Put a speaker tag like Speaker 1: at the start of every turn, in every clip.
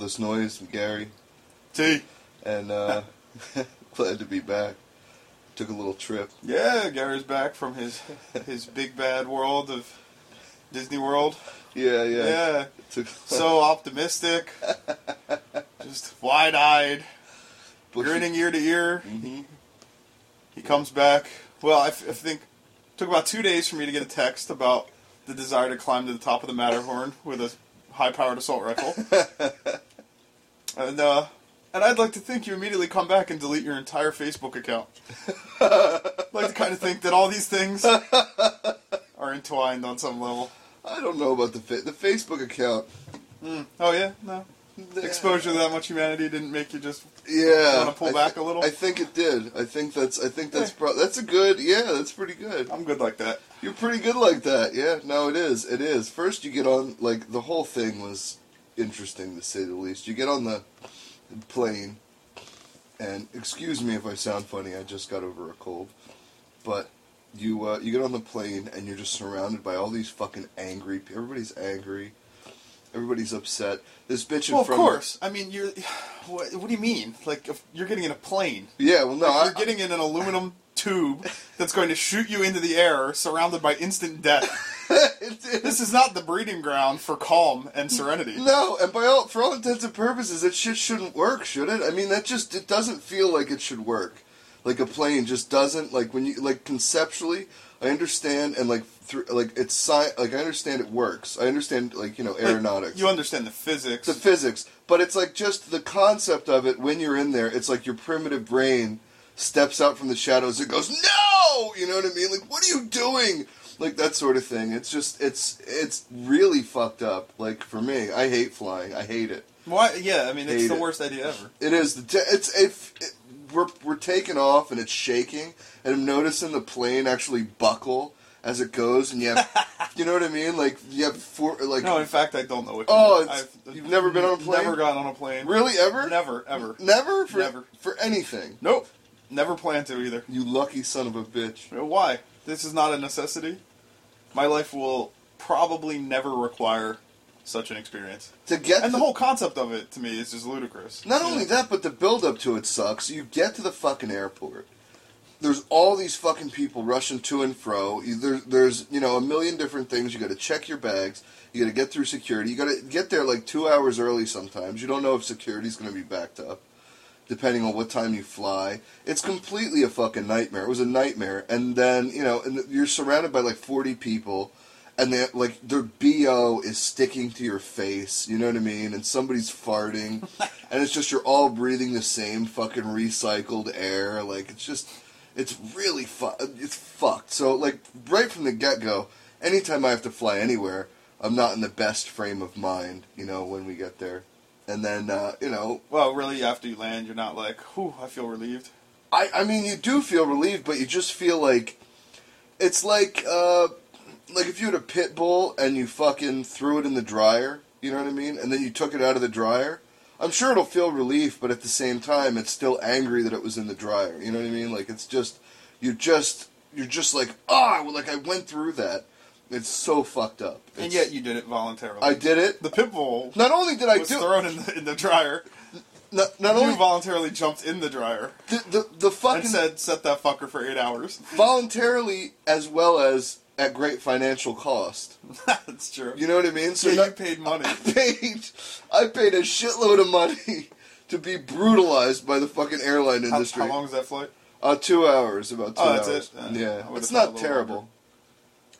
Speaker 1: this noise from Gary,
Speaker 2: T.
Speaker 1: and uh, glad to be back. Took a little trip.
Speaker 2: Yeah, Gary's back from his his big bad world of Disney World.
Speaker 1: Yeah, yeah.
Speaker 2: Yeah,
Speaker 1: Took
Speaker 2: so optimistic, just wide eyed,
Speaker 1: Bushy-
Speaker 2: grinning ear to ear.
Speaker 1: Mhm.
Speaker 2: He comes back. Well, I, f- I think it took about two days for me to get a text about the desire to climb to the top of the Matterhorn with a high-powered assault rifle, and uh, and I'd like to think you immediately come back and delete your entire Facebook account. I'd like to kind of think that all these things are entwined on some level.
Speaker 1: I don't know about the fa- the Facebook account.
Speaker 2: Oh yeah, no exposure to that much humanity didn't make you just
Speaker 1: Yeah.
Speaker 2: Wanna pull
Speaker 1: I
Speaker 2: back a little? Eh.
Speaker 1: I think it did. I think that's. I think that's.
Speaker 2: Yeah.
Speaker 1: Pro- that's a good. Yeah, that's pretty good.
Speaker 2: I'm good like that.
Speaker 1: You're pretty good like that. Yeah. No, it is. It is. First, you get on. Like the whole thing was interesting to say the least. You get on the plane, and excuse me if I sound funny. I just got over a cold, but. You uh, you get on the plane and you're just surrounded by all these fucking angry. pe- Everybody's angry. Everybody's upset. This bitch in
Speaker 2: Well, of
Speaker 1: front. me-
Speaker 2: course. I mean, you're. What, what do you mean? Like, if you're getting in a plane.
Speaker 1: Yeah. Well, no.
Speaker 2: Like,
Speaker 1: I-
Speaker 2: you're getting in an aluminum tube that's going to shoot you into the air, surrounded by instant death.
Speaker 1: It is.
Speaker 2: this is not the breeding ground for calm and serenity.
Speaker 1: No, and by all for all intents and purposes, that shit shouldn't work, should it? I mean, that just it doesn't feel like it should work. Like a plane just doesn't like when you like conceptually. I understand and like through like it's sci like I understand it works. I understand like you know
Speaker 2: Like,
Speaker 1: aeronautics,
Speaker 2: you understand the physics.
Speaker 1: the physics, but it's like just the concept of it. When you're in there, it's like your primitive brain steps out from the shadows and goes, "No!" You know what I mean? Like, what are you doing? Like that sort of thing. It's just it's it's really fucked up. Like for me, I hate flying. I hate it.
Speaker 2: Why? Yeah, I mean, it's
Speaker 1: Hate
Speaker 2: the
Speaker 1: it.
Speaker 2: worst idea ever.
Speaker 1: It is the t- it's if it, we're we're taking off and it's shaking, and I'm noticing the plane actually buckle as it goes, and you have, you know what I mean? Like you have four like
Speaker 2: No, in fact, I don't know what.
Speaker 1: Oh,
Speaker 2: mean.
Speaker 1: it's- you've never been on a plane?
Speaker 2: Never gone on a plane.
Speaker 1: really ever
Speaker 2: Never, ever.
Speaker 1: never for
Speaker 2: Never.
Speaker 1: for anything.
Speaker 2: Nope. Never plan to either.
Speaker 1: You lucky son of a bitch.
Speaker 2: Why? This is not a necessity. My life will probably never require such an experience.
Speaker 1: To get
Speaker 2: And the
Speaker 1: to-
Speaker 2: whole concept of it to me is just ludicrous.
Speaker 1: Not only that, but the build up to it sucks. You get to the fucking airport. There's all these fucking people rushing to and fro. You- There, there's you know a million different things. You got to check your bags. You got to get through security. You got to get there like two hours early sometimes. You don't know if security's going to be backed up, depending on what time you fly. It's completely a fucking nightmare. It was a nightmare. And then you know, and you're surrounded by like 40 people, and they like their bo is sticking to your face. You know what I mean? And somebody's farting, and it's just you're all breathing the same fucking recycled air. Like it's just, it's really fu- it's fucked. So like right from the get go, anytime I have to fly anywhere, I'm not in the best frame of mind. You know when we get there, and then uh, you know
Speaker 2: Well, really, after you land, you're not like, whew, I feel relieved.
Speaker 1: I, I mean, you do feel relieved, but you just feel like it's like uh, like if you had a pit bull and you fucking threw it in the dryer. You know what I mean? And then you took it out of the dryer. I'm sure it'll feel relief, but at the same time, it's still angry that it was in the dryer. You know what I mean? Like it's just you just you're just like ah, well, like I went through that. It's so fucked up.
Speaker 2: And
Speaker 1: It's-
Speaker 2: yet you did it voluntarily.
Speaker 1: I did it.
Speaker 2: The pit bull
Speaker 1: Not only did I
Speaker 2: was
Speaker 1: do
Speaker 2: thrown in the, in the dryer.
Speaker 1: not, not
Speaker 2: You
Speaker 1: only
Speaker 2: voluntarily jumped in the dryer
Speaker 1: the, the the
Speaker 2: and
Speaker 1: fucking
Speaker 2: said, set that fucker for eight hours.
Speaker 1: voluntarily as well as at great financial cost.
Speaker 2: That's true.
Speaker 1: You know what I mean? So
Speaker 2: yeah,
Speaker 1: not-
Speaker 2: you paid money.
Speaker 1: I paid, I paid a shitload of money to be brutalized by the fucking airline
Speaker 2: How,
Speaker 1: industry.
Speaker 2: how long was that flight?
Speaker 1: Uh, two hours, about two
Speaker 2: Oh, that's
Speaker 1: hours.
Speaker 2: it? Uh, I
Speaker 1: yeah,
Speaker 2: would've
Speaker 1: it's
Speaker 2: thought a
Speaker 1: not
Speaker 2: little
Speaker 1: terrible.
Speaker 2: longer.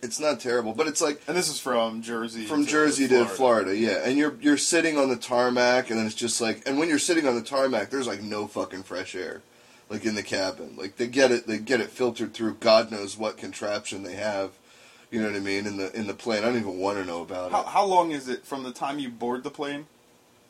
Speaker 1: It's not terrible, but it's like
Speaker 2: And this is from Jersey.
Speaker 1: from
Speaker 2: to
Speaker 1: Jersey to Florida, yeah. And you're you're sitting on the tarmac, and then it's just like, and when you're sitting on the tarmac, there's like no fucking fresh air, like in the cabin. Like they get it, they get it filtered through God knows what contraption they have. You know what I mean? In the in the plane, I don't even want to know about
Speaker 2: How,
Speaker 1: it.
Speaker 2: how long is it from the time you board the plane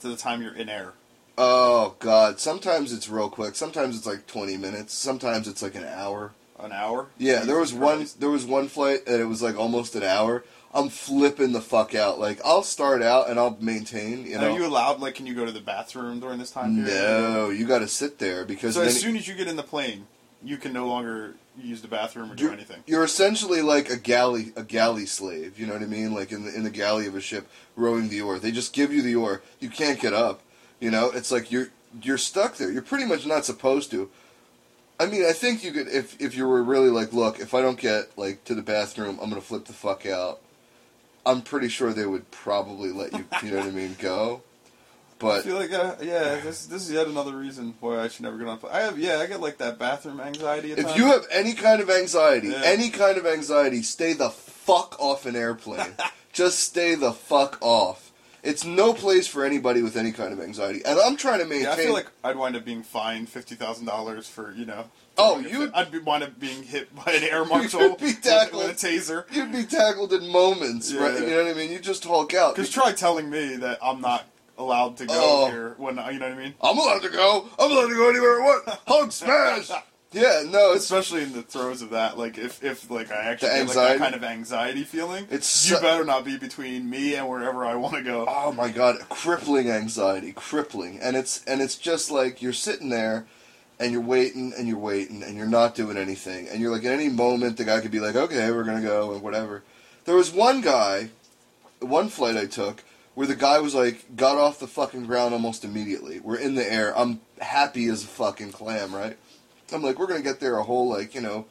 Speaker 2: to the time you're in air?
Speaker 1: Oh God! Sometimes it's real quick. Sometimes it's like twenty minutes. Sometimes it's like an hour.
Speaker 2: An hour?
Speaker 1: Yeah, there was
Speaker 2: Jesus
Speaker 1: one.
Speaker 2: Christ.
Speaker 1: There was one flight that it was like almost an hour. I'm flipping the fuck out. Like I'll start out and I'll maintain. You
Speaker 2: And
Speaker 1: know.
Speaker 2: Are you allowed? Like, can you go to the bathroom during this time period?
Speaker 1: No, you got to sit there because
Speaker 2: So
Speaker 1: then
Speaker 2: as soon as you get in the plane, you can no longer use the bathroom or do
Speaker 1: you're,
Speaker 2: anything.
Speaker 1: you're essentially like a galley, a galley slave. You know what I mean? Like in the in the galley of a ship, rowing the oar. They just give you the oar. You can't get up. You know, it's like you're you're stuck there. You're pretty much not supposed to. I mean, I think you could if if you were really like, look, if I don't get like to the bathroom, I'm gonna flip the fuck out. I'm pretty sure they would probably let you. You know what I mean? Go.
Speaker 2: I
Speaker 1: But
Speaker 2: feel like uh, yeah, this this is yet another reason why I should never get on. a pl- I have yeah, I get like that bathroom anxiety. At
Speaker 1: if
Speaker 2: times.
Speaker 1: you have any kind of anxiety,
Speaker 2: Yeah.
Speaker 1: any kind of anxiety, stay the fuck off an airplane. Just stay the fuck off. It's no place for anybody with any kind of anxiety. And I'm trying to maintain.
Speaker 2: yeah, I feel like I'd wind up being fined fifty thousand dollars for you know.
Speaker 1: Oh,
Speaker 2: throwing a
Speaker 1: you-
Speaker 2: fit. I'd be, wind up being hit by an air marshal
Speaker 1: be
Speaker 2: with,
Speaker 1: tackled.
Speaker 2: with a taser.
Speaker 1: you'd be tackled in moments,
Speaker 2: Yeah.
Speaker 1: right? You know what I mean? You just hulk out.
Speaker 2: Because try telling me that I'm not allowed to go
Speaker 1: Oh.
Speaker 2: here when I- you know what I mean.
Speaker 1: I'm allowed to go. I'm allowed to go anywhere I want. Hulk smash. yeah, no, it's
Speaker 2: Especially in the throes of that, like if if like I actually
Speaker 1: The
Speaker 2: get like that
Speaker 1: anxiety?
Speaker 2: kind of anxiety feeling,
Speaker 1: It's
Speaker 2: you
Speaker 1: so-
Speaker 2: better not be between me and wherever I want to go.
Speaker 1: oh my god, crippling anxiety, crippling, and it's and it's just like you're sitting there, and you're waiting and you're waiting and you're not doing anything, and you're like at any moment the guy could be like, okay, we're gonna go and whatever. There was one guy, one flight I took where the guy was like got off the fucking ground almost immediately. We're in the air. I'm happy as a fucking clam, right? I'm like, we're gonna get there a whole like you know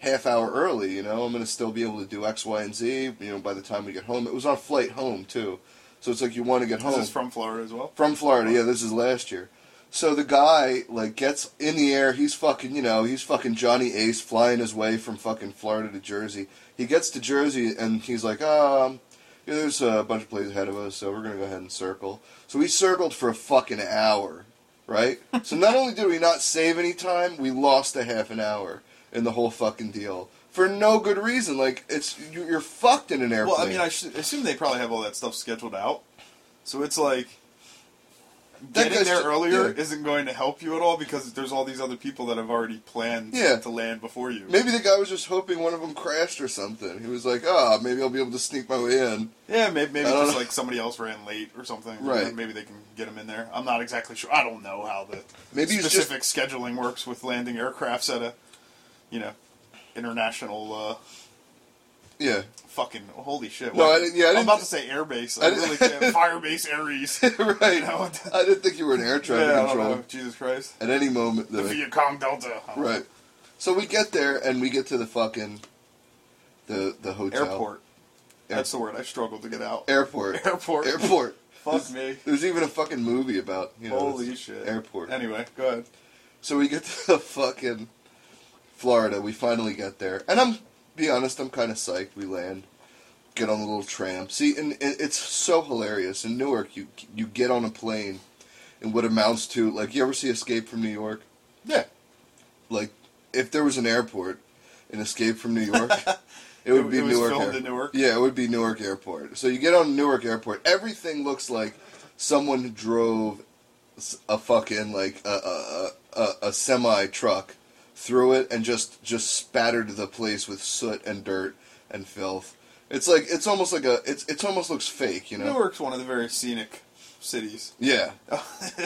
Speaker 1: half hour early. You know, I'm gonna still be able to do X, Y, and Z. You know, by the time we get home, it was on a flight home too. So it's like you want to get
Speaker 2: This
Speaker 1: home
Speaker 2: is from Florida as well.
Speaker 1: from Florida. Yeah, this is last year. So the guy like gets in the air. He's fucking you know he's fucking Johnny Ace flying his way from fucking Florida to Jersey. He gets to Jersey and he's like, um, yeah, there's a bunch of plays ahead of us, so we're gonna go ahead and circle. So we circled for a fucking hour, right? so not only did we not save any time, we lost a half an hour in the whole fucking deal for no good reason. Like it's you- you're fucked in an airplane.
Speaker 2: Well, I mean, I should, assume they probably have all that stuff scheduled out. So it's like
Speaker 1: That
Speaker 2: getting
Speaker 1: goes
Speaker 2: there
Speaker 1: to-
Speaker 2: earlier
Speaker 1: yeah.
Speaker 2: isn't going to help you at all because there's all these other people that have already planned
Speaker 1: Yeah.
Speaker 2: to land before you.
Speaker 1: Maybe the guy was just hoping one of them crashed or something. He was like, ah, maybe I'll be able to sneak my way in.
Speaker 2: Yeah, maybe, maybe
Speaker 1: I don't
Speaker 2: just
Speaker 1: know.
Speaker 2: like somebody else ran late or something.
Speaker 1: Right.
Speaker 2: Or Maybe they can get them in there. I'm not exactly sure. I don't know how the
Speaker 1: Maybe he's just-
Speaker 2: specific scheduling works with landing aircrafts at a, you know, international. Uh,
Speaker 1: Yeah.
Speaker 2: Fucking holy shit!
Speaker 1: No,
Speaker 2: Why-
Speaker 1: I didn't- yeah, I
Speaker 2: I'm
Speaker 1: didn't-
Speaker 2: about to say airbase. I,
Speaker 1: I didn't-
Speaker 2: really can't. Firebase Aries.
Speaker 1: right.
Speaker 2: You know?
Speaker 1: I didn't think you were an air
Speaker 2: yeah, I
Speaker 1: traffic
Speaker 2: don't
Speaker 1: controller.
Speaker 2: know. Jesus Christ.
Speaker 1: At any moment,
Speaker 2: The
Speaker 1: though.
Speaker 2: Viet Cong Delta. I don't know.
Speaker 1: Right. So we get there and we get to the fucking the the hotel
Speaker 2: Airport. That's the word. I struggled to get out.
Speaker 1: Airport.
Speaker 2: Airport.
Speaker 1: Airport.
Speaker 2: Fuck me.
Speaker 1: There's even a fucking movie about you know
Speaker 2: Holy
Speaker 1: this
Speaker 2: shit.
Speaker 1: airport.
Speaker 2: Anyway, go ahead.
Speaker 1: So we get to the fucking Florida. We finally get there, and I'm be honest, I'm kind of psyched. We land, get on the little tram. See, and, and it's so hilarious in Newark. You you get on a plane, and what amounts to like you ever see Escape from New York?
Speaker 2: Yeah.
Speaker 1: Like if there was an airport in Escape from New York, it would
Speaker 2: It-
Speaker 1: be
Speaker 2: it was
Speaker 1: Newark.
Speaker 2: filmed
Speaker 1: Air-
Speaker 2: in Newark?
Speaker 1: Yeah, it would be Newark Airport. So you get on Newark Airport. Everything looks like someone drove s- a fucking like a a, a- a, a semi truck through it and just just spattered the place with soot and dirt and filth. It's like it's almost like a it's it's almost looks fake, you know.
Speaker 2: Newark's one of the very scenic cities.
Speaker 1: Yeah,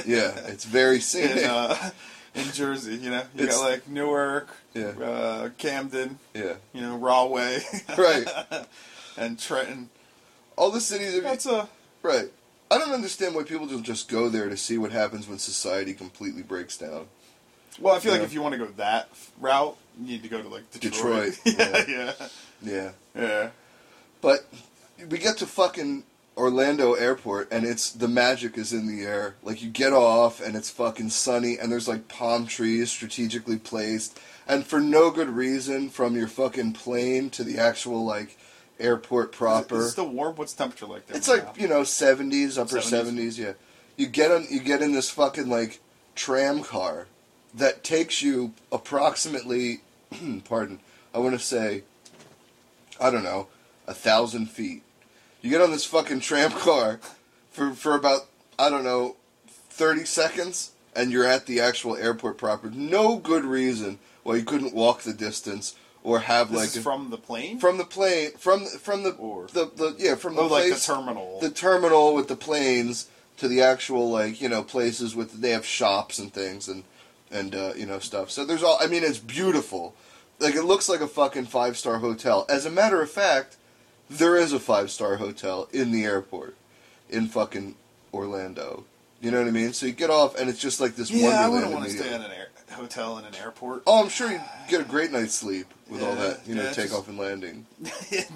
Speaker 1: yeah. It's very scenic.
Speaker 2: in, uh, in Jersey, you know, you
Speaker 1: It's-
Speaker 2: got like Newark,
Speaker 1: Yeah.
Speaker 2: uh, Camden,
Speaker 1: yeah,
Speaker 2: you know, Rahway,
Speaker 1: right.
Speaker 2: and Trenton.
Speaker 1: All the cities. Have,
Speaker 2: That's a
Speaker 1: Right. I don't understand why people don't just go there to see what happens when society completely breaks down.
Speaker 2: well. I feel like
Speaker 1: Yeah.
Speaker 2: if you want to go that route, you need to go to like Detroit.
Speaker 1: Detroit,
Speaker 2: yeah, yeah,
Speaker 1: Yeah.
Speaker 2: yeah.
Speaker 1: But we get to fucking Orlando airport and it's the magic is in the air. Like you get off and it's fucking sunny and there's like palm trees strategically placed and for no good reason from your fucking plane to the actual like airport proper.
Speaker 2: Is it still warm? What's the temperature like there?
Speaker 1: It's
Speaker 2: right
Speaker 1: like
Speaker 2: now?
Speaker 1: you know seventies, upper
Speaker 2: 70s.
Speaker 1: seventies. Yeah, you get on, you get in this fucking like tram car that takes you approximately, pardon, I want to say, I don't know, a thousand feet. You get on this fucking tram car for for about I don't know thirty seconds, and you're at the actual airport proper. No good reason why you couldn't walk the distance or have
Speaker 2: this
Speaker 1: like
Speaker 2: is
Speaker 1: a-
Speaker 2: from the plane.
Speaker 1: from the plane from from the
Speaker 2: Or-
Speaker 1: the, the yeah from the
Speaker 2: oh, like the
Speaker 1: place-
Speaker 2: terminal.
Speaker 1: the terminal with the planes to the actual like you know places with they have shops and things and and uh, you know stuff. So there's all I mean it's beautiful. Like it looks like a fucking five star hotel. As a matter of fact, there is a five star hotel in the airport in fucking Orlando You know what I mean? So you get off, and it's just like this
Speaker 2: Yeah, I
Speaker 1: wonderland.
Speaker 2: wouldn't want to
Speaker 1: immediately.
Speaker 2: stay at an air, hotel in an airport.
Speaker 1: Oh, I'm sure you get a great night's sleep with all
Speaker 2: Yeah,
Speaker 1: that, you know,
Speaker 2: yeah, it's
Speaker 1: takeoff
Speaker 2: just-
Speaker 1: and landing.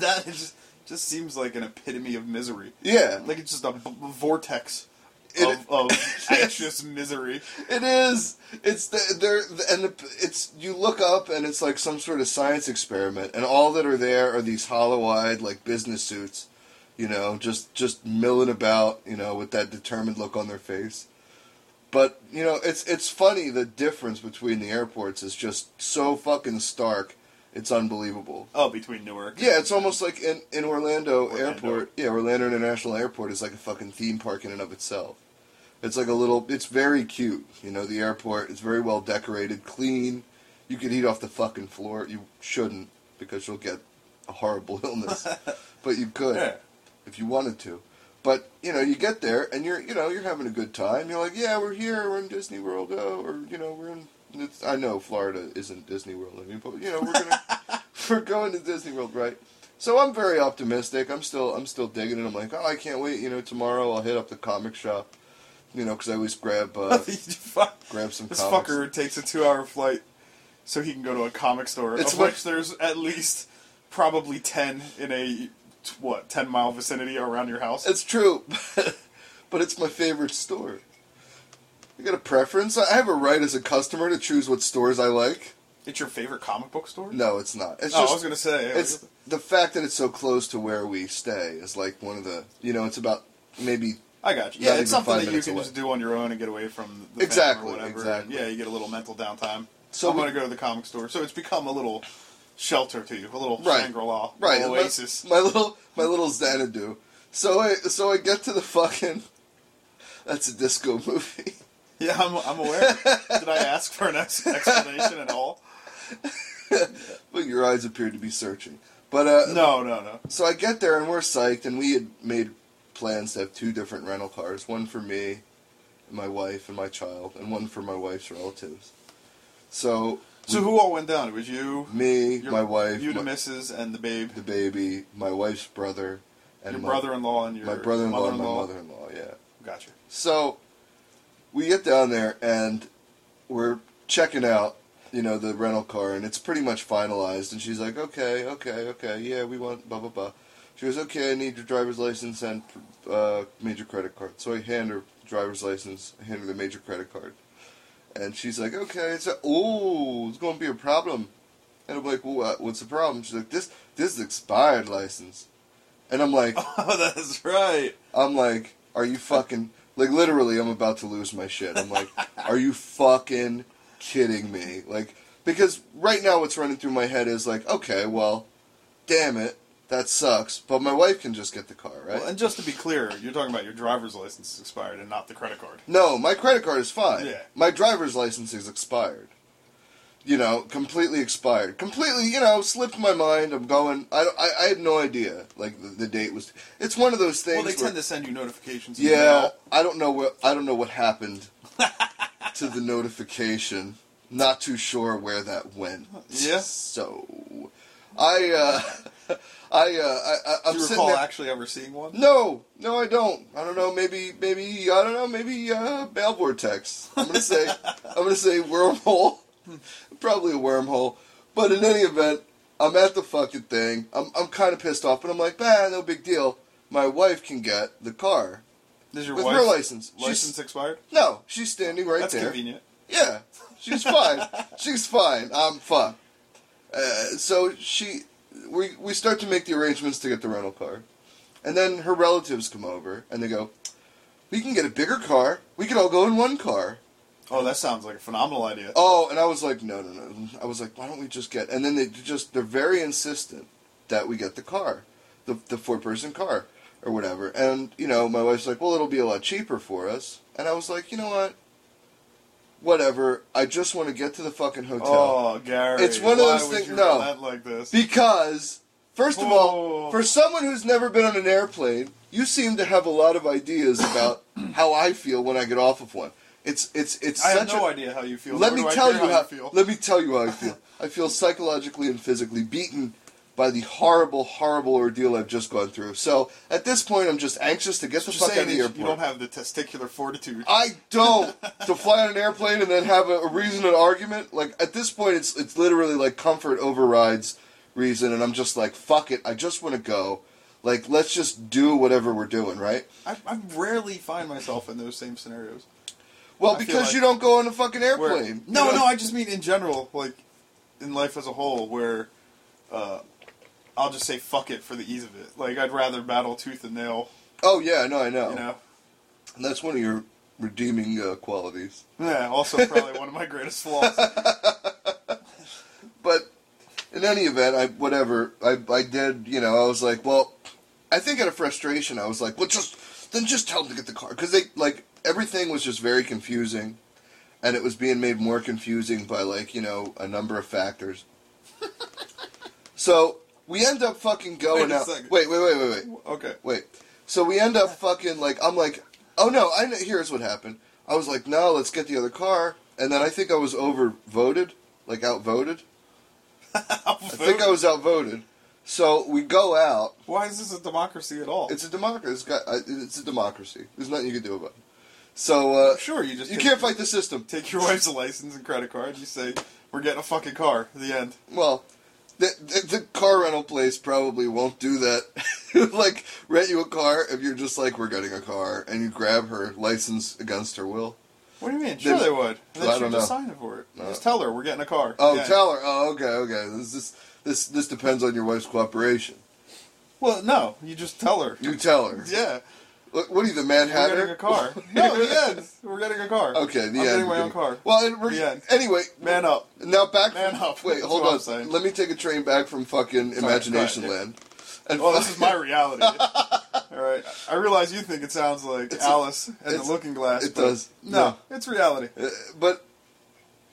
Speaker 2: that is just just seems like an epitome of misery.
Speaker 1: Yeah,
Speaker 2: Like it's just a b- vortex
Speaker 1: It-
Speaker 2: of, of anxious misery.
Speaker 1: it is. It's the, there, and the, it's you look up, and it's like some sort of science experiment, and all that are there are these hollow-eyed like business suits, you know, just just milling about, you know, with that determined look on their face. But you know, it's it's funny the difference between the airports is just so fucking stark. It's unbelievable.
Speaker 2: Oh, between Newark.
Speaker 1: Yeah, it's almost like in, in Orlando,
Speaker 2: Orlando.
Speaker 1: Airport. Yeah, Orlando International Airport is like a fucking theme park in and of itself. It's like a little. It's very cute, you know. The airport. It's very well decorated, clean. You could eat off the fucking floor. You shouldn't because you'll get a horrible illness. but you could
Speaker 2: Yeah.
Speaker 1: if you wanted to. But you know, you get there and you're you know you're having a good time. You're like, yeah, we're here. We're in Disney World, oh, or you know, we're in. It's, I know Florida isn't Disney World. I mean, but you know, we're gonna we're going to Disney World, right? So I'm very optimistic. I'm still I'm still digging it. I'm like, oh, I can't wait. You know, tomorrow I'll hit up the comic shop. You know, because I always grab uh,
Speaker 2: You fuck-
Speaker 1: grab some
Speaker 2: This
Speaker 1: comics.
Speaker 2: fucker takes a two-hour flight so he can go to a comic store,
Speaker 1: It's
Speaker 2: of
Speaker 1: what-
Speaker 2: which there's at least probably ten in a t- what ten mile vicinity around your house.
Speaker 1: It's true, but it's my favorite store. You got a preference? I have a right as a customer to choose what stores I like.
Speaker 2: It's your favorite comic book store?
Speaker 1: No, it's not. It's
Speaker 2: oh,
Speaker 1: just
Speaker 2: I was gonna say
Speaker 1: it's the fact that it's so close to where we stay is like one of the you know it's about maybe
Speaker 2: I got
Speaker 1: not
Speaker 2: you. Yeah,
Speaker 1: even
Speaker 2: it's something
Speaker 1: five
Speaker 2: that you
Speaker 1: minutes
Speaker 2: can
Speaker 1: away.
Speaker 2: just do on your own and get away from the family
Speaker 1: Exactly,
Speaker 2: or whatever.
Speaker 1: exactly.
Speaker 2: Yeah, you get a little mental downtime.
Speaker 1: So
Speaker 2: So I'm
Speaker 1: we-
Speaker 2: gonna go to the comic store. So it's become a little shelter to you, a little
Speaker 1: Right.
Speaker 2: Shangri-La,
Speaker 1: right
Speaker 2: a
Speaker 1: and
Speaker 2: little
Speaker 1: my-
Speaker 2: oasis.
Speaker 1: My, little my little Xanadu. So I so I get to the fucking that's a disco movie.
Speaker 2: Yeah, I'm, I'm aware. Did I ask for an ex- explanation at all?
Speaker 1: but your eyes appeared to be searching. But uh,
Speaker 2: No, no, no.
Speaker 1: So I get there and we're psyched, and we had made plans to have two different rental cars one for me and my wife and my child, and one for my wife's relatives. So,
Speaker 2: So who all went down? It was you,
Speaker 1: me,
Speaker 2: your-
Speaker 1: my wife,
Speaker 2: you, the
Speaker 1: my-
Speaker 2: missus, and the babe,
Speaker 1: the baby, my wife's brother, and
Speaker 2: your
Speaker 1: my,
Speaker 2: brother-in-law, and your
Speaker 1: my brother in law, and my
Speaker 2: mother-in-law.
Speaker 1: mother in law, yeah.
Speaker 2: Gotcha.
Speaker 1: So we get down there and we're checking out, you know, the rental car and it's pretty much finalized and she's like, "Okay, okay, okay. Yeah, we want blah blah blah." She goes, "Okay, I need your driver's license and uh, major credit card." So I hand her driver's license, I hand her the major credit card. And she's like, "Okay, it's a, oh, it's going to be a problem." And I'm like, well, uh, "What's the problem?" She's like, "This this is expired license." And I'm like,
Speaker 2: Oh, that's right.
Speaker 1: I'm like, are you fucking like literally I'm about to lose my shit. I'm like, are you fucking kidding me? Like because right now what's running through my head is like, okay, well, damn it, that sucks, but my wife can just get the car, right?
Speaker 2: Well, and just to be clear, you're talking about your driver's license is expired and not the credit card.
Speaker 1: No, my credit card is fine.
Speaker 2: Yeah.
Speaker 1: My driver's license is expired. You know, completely expired. Completely, you know, slipped my mind. I'm going. I, don't- I, I had no idea. Like the, the date was. It's one of those things.
Speaker 2: Well, they
Speaker 1: where-
Speaker 2: tend to send you notifications. in the
Speaker 1: Yeah,
Speaker 2: mail.
Speaker 1: I don't know what I don't know what happened to the notification. Not too sure where that went.
Speaker 2: Yeah.
Speaker 1: So, I uh, I uh, I, I I'm
Speaker 2: Do you
Speaker 1: sitting
Speaker 2: recall
Speaker 1: there-
Speaker 2: actually ever seeing one?
Speaker 1: No, no, I don't. I don't know. Maybe maybe I don't know. Maybe uh, Bell vortex. I'm gonna say I'm gonna say wormhole. Probably a wormhole. But in any event, I'm at the fucking thing. I'm I'm kind of pissed off, but I'm like, bah, no big deal. My wife can get the car.
Speaker 2: Is your
Speaker 1: With
Speaker 2: wife
Speaker 1: her license. She's-
Speaker 2: license expired?
Speaker 1: No, she's standing right
Speaker 2: That's
Speaker 1: there.
Speaker 2: convenient.
Speaker 1: Yeah, she's fine. she's fine. I'm fine. Uh, so she, we we start to make the arrangements to get the rental car, and then her relatives come over and they go, "We can get a bigger car. We could all go in one car."
Speaker 2: Oh, that sounds like a phenomenal idea.
Speaker 1: Oh, and I was like, "No, no, no." I was like, "Why don't we just get?" And then they just they're very insistent that we get the car, the the four person car or whatever. And you know, my wife's like, "Well, it'll be a lot cheaper for us." And I was like, "You know what?" Whatever. I just want to get to the fucking hotel.
Speaker 2: Oh, Gary.
Speaker 1: It's one of
Speaker 2: why
Speaker 1: those
Speaker 2: would
Speaker 1: things-
Speaker 2: you
Speaker 1: no.
Speaker 2: relent like this.
Speaker 1: Because, first of all,
Speaker 2: Oh.
Speaker 1: for someone who's never been on an airplane, you seem to have a lot of ideas about how I feel when I get off of one. It's it's it's
Speaker 2: I have
Speaker 1: such
Speaker 2: no
Speaker 1: a,
Speaker 2: idea how you feel.
Speaker 1: Let
Speaker 2: nor
Speaker 1: me
Speaker 2: do I
Speaker 1: tell
Speaker 2: care
Speaker 1: you how,
Speaker 2: you feel.
Speaker 1: let me tell you how I feel. I feel psychologically and physically beaten by the horrible, horrible ordeal I've just gone through. So at this point, I'm just anxious to get the
Speaker 2: Just
Speaker 1: fuck out
Speaker 2: saying
Speaker 1: of the
Speaker 2: is
Speaker 1: airport. Uh,
Speaker 2: you don't have the testicular fortitude.
Speaker 1: I don't to fly on an airplane and then have a, a reason and argument. Like at this point, it's it's literally like comfort overrides reason, and I'm just like, fuck it, I just want to go. Like let's just do whatever we're doing, right?
Speaker 2: I, I rarely find myself in those same scenarios.
Speaker 1: Well,
Speaker 2: I feel
Speaker 1: because
Speaker 2: like-
Speaker 1: you don't go on a fucking
Speaker 2: Where-
Speaker 1: airplane. You
Speaker 2: no,
Speaker 1: know?
Speaker 2: no, I just mean in general, like in life as a whole, where uh, I'll just say fuck it for the ease of it. Like I'd rather battle tooth and nail,
Speaker 1: Oh yeah, no, I know.
Speaker 2: you know.
Speaker 1: That's one of your redeeming uh, qualities.
Speaker 2: Yeah, also probably one of my greatest flaws.
Speaker 1: But in any event, I whatever I I did, you know, I was like, well, I think out of frustration, I was like, well, just then just tell them to get the car because they like everything was just very confusing, and it was being made more confusing by like you know a number of factors. so we end up fucking going
Speaker 2: Wait a
Speaker 1: out.
Speaker 2: second.
Speaker 1: Wait, wait, wait, wait, wait.
Speaker 2: Okay.
Speaker 1: Wait. So we end up fucking like I'm like, oh no, I know, here's what happened. I was like, no, let's get the other car, and then I think I was overvoted, like outvoted. I think I was outvoted. So we go out.
Speaker 2: Why is this a democracy at all?
Speaker 1: It's a democracy. It's, got, I- it's a democracy. There's nothing you can do about it. So uh,
Speaker 2: sure, you just
Speaker 1: you
Speaker 2: take,
Speaker 1: can't fight the system.
Speaker 2: take your wife's license and credit card. You say we're getting a fucking car. The end.
Speaker 1: Well, the, the, the car rental place probably won't do that. like rent you a car if you're just like we're getting a car and you grab her license against her will.
Speaker 2: What do you mean? Sure,
Speaker 1: Then-
Speaker 2: they would. And then
Speaker 1: I
Speaker 2: she
Speaker 1: don't
Speaker 2: would just
Speaker 1: know.
Speaker 2: sign it for it. You
Speaker 1: No.
Speaker 2: Just tell her we're getting a car.
Speaker 1: Oh,
Speaker 2: The end.
Speaker 1: tell her. Oh, okay, okay. This this this this depends on your wife's cooperation.
Speaker 2: Well, no, you just tell her.
Speaker 1: You tell her.
Speaker 2: Yeah,
Speaker 1: What, what are you, the Mad
Speaker 2: we're
Speaker 1: Hatter?
Speaker 2: getting a car. no, the end. We're getting a car.
Speaker 1: Okay, the
Speaker 2: I'm
Speaker 1: end.
Speaker 2: getting my own car.
Speaker 1: Well, and we're,
Speaker 2: The end.
Speaker 1: anyway,
Speaker 2: Man up.
Speaker 1: now back.
Speaker 2: Man up.
Speaker 1: Wait,
Speaker 2: That's
Speaker 1: hold
Speaker 2: what
Speaker 1: on.
Speaker 2: I'm saying.
Speaker 1: Let me take a train back from fucking
Speaker 2: Sorry,
Speaker 1: Imagination
Speaker 2: sorry.
Speaker 1: Land. And
Speaker 2: Well, this is my reality. All right. I realize you think it sounds like
Speaker 1: It's a-
Speaker 2: Alice and the
Speaker 1: it's-
Speaker 2: Looking Glass.
Speaker 1: it
Speaker 2: but
Speaker 1: does.
Speaker 2: No, it's reality.
Speaker 1: Uh, but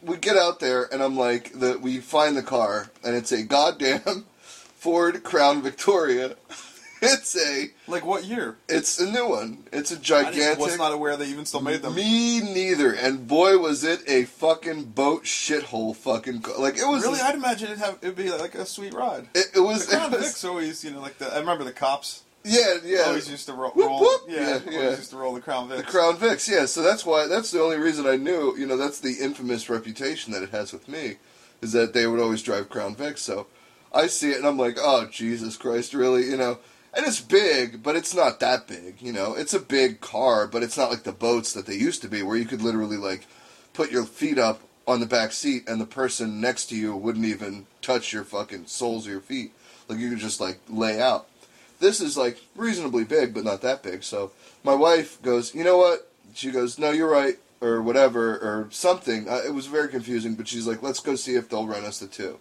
Speaker 1: we get out there, and I'm like, the, we find the car, and it's a goddamn Ford Crown Victoria. it's a,
Speaker 2: Like what year?
Speaker 1: it's a new one. It's a
Speaker 2: I
Speaker 1: gigantic.
Speaker 2: didn't- was not aware they even still made them.
Speaker 1: Me neither. And boy, was it a fucking boat shithole fucking co- like it was.
Speaker 2: Really, I'd imagine it'd have it'd be like a sweet ride.
Speaker 1: it, it
Speaker 2: The
Speaker 1: was. It
Speaker 2: Crown
Speaker 1: was
Speaker 2: Vic's always, you know, like the I remember the cops
Speaker 1: yeah, yeah.
Speaker 2: always used to ro-
Speaker 1: Whoop,
Speaker 2: roll.
Speaker 1: whoop.
Speaker 2: Yeah,
Speaker 1: Yeah, yeah.
Speaker 2: always used to roll the Crown Vic.
Speaker 1: The Crown Vics, yeah. So that's why. That's the only reason I knew. You know, that's the infamous reputation that it has with me, is that they would always drive Crown Vics. So I see it and I'm like, oh Jesus Christ, really? You know. And it's big, but it's not that big. You know, it's a big car, but it's not like the boats that they used to be, where you could literally like put your feet up on the back seat and the person next to you wouldn't even touch your fucking soles of your feet. Like you could just like lay out. This is like reasonably big, but not that big. So my wife goes, you know what? She goes, no, you're right, or whatever, or something. Uh, it was very confusing, but she's like, let's go see if they'll rent us the two.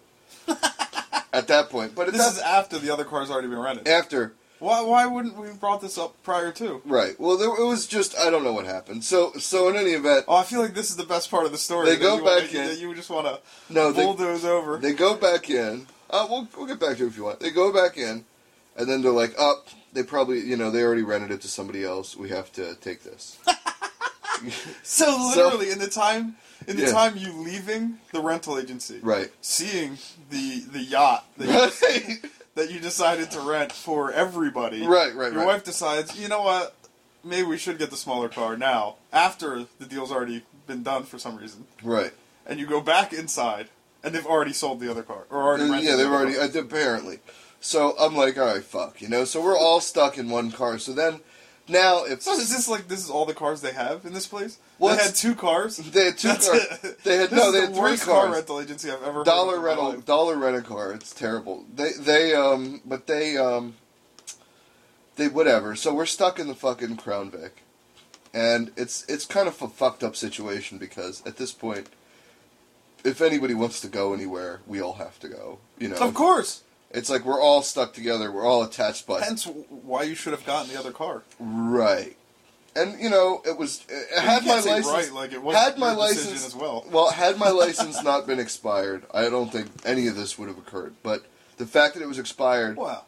Speaker 1: At that point, but at
Speaker 2: This is
Speaker 1: that-
Speaker 2: after the other car's already been rented.
Speaker 1: after
Speaker 2: Why, why wouldn't we have brought this up prior to?
Speaker 1: right. Well, there, it was just I don't know what happened. So so in any event,
Speaker 2: Oh, I feel like this is the best part of the story.
Speaker 1: They
Speaker 2: that
Speaker 1: go
Speaker 2: you wanna-
Speaker 1: back in.
Speaker 2: that You just want to
Speaker 1: no, they,
Speaker 2: bulldoze over.
Speaker 1: They go back in. Uh, we'll, we'll get back to it if you want. They go back in, and then they're like, "Up." they probably, you know, they already rented it to somebody else. We have to take this."
Speaker 2: so literally, in the time in the
Speaker 1: Yeah.
Speaker 2: time you leaving the rental agency,
Speaker 1: right.
Speaker 2: seeing the the yacht that you,
Speaker 1: Right.
Speaker 2: that you decided to rent for everybody,
Speaker 1: Right, right,
Speaker 2: Your
Speaker 1: right.
Speaker 2: wife decides, you know what? Maybe we should get the smaller car now after the deal's already been done for some reason,
Speaker 1: Right.
Speaker 2: and you go back inside, and they've already sold the other car or already
Speaker 1: And,
Speaker 2: rented.
Speaker 1: yeah,
Speaker 2: the
Speaker 1: they've
Speaker 2: other
Speaker 1: already
Speaker 2: car.
Speaker 1: uh, apparently. So I'm like, "All right, fuck," you know. So we're all stuck in one car. So then, now if
Speaker 2: So is this like this is all the cars they have in this place?
Speaker 1: Well,
Speaker 2: they
Speaker 1: it's-
Speaker 2: had two cars.
Speaker 1: they had two
Speaker 2: That's
Speaker 1: cars,
Speaker 2: it.
Speaker 1: they had
Speaker 2: This
Speaker 1: no,
Speaker 2: is
Speaker 1: they
Speaker 2: the
Speaker 1: had three
Speaker 2: worst car
Speaker 1: cars.
Speaker 2: rental agency I've ever
Speaker 1: Dollar
Speaker 2: heard of in my
Speaker 1: rental,
Speaker 2: life.
Speaker 1: dollar rent a car. It's terrible. They they um, but they um, they whatever. So we're stuck in the fucking Crown Vic, and it's it's kind of a fucked up situation because at this point, if anybody wants to go anywhere, we all have to go. You know,
Speaker 2: Of course.
Speaker 1: it's like we're all stuck together. We're all attached by
Speaker 2: Hence w- why you should have gotten the other car.
Speaker 1: right. And you know, it was it had
Speaker 2: you
Speaker 1: my
Speaker 2: can't say
Speaker 1: license.
Speaker 2: right, like it was
Speaker 1: had my
Speaker 2: your decision
Speaker 1: license
Speaker 2: as well.
Speaker 1: Well, had my license not been expired, I don't think any of this would have occurred. But the fact that it was expired
Speaker 2: Wow.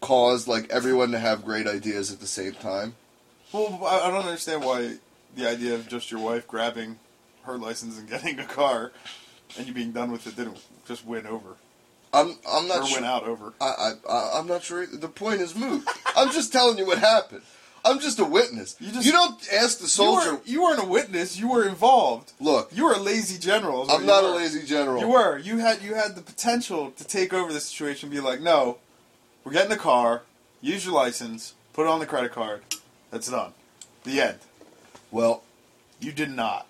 Speaker 1: caused like everyone to have great ideas at the same time.
Speaker 2: Well, I I don't understand why the idea of just your wife grabbing her license and getting a car and you being done with it didn't just win over.
Speaker 1: I'm I'm
Speaker 2: or
Speaker 1: not sure.
Speaker 2: went out over.
Speaker 1: I, I, I I'm not sure. The point is moot. I'm just telling you what happened. I'm just a witness.
Speaker 2: You
Speaker 1: You,
Speaker 2: just-
Speaker 1: don't ask the soldier.
Speaker 2: You, weren't, you weren't a witness. You were involved.
Speaker 1: Look,
Speaker 2: You were a lazy general. is what
Speaker 1: I'm
Speaker 2: you
Speaker 1: not
Speaker 2: were.
Speaker 1: a lazy general.
Speaker 2: You were. You had you had the potential to take over the situation and be like, no, we're getting a car. Use your license. Put it on the credit card. That's done. The end.
Speaker 1: Well,
Speaker 2: You did not.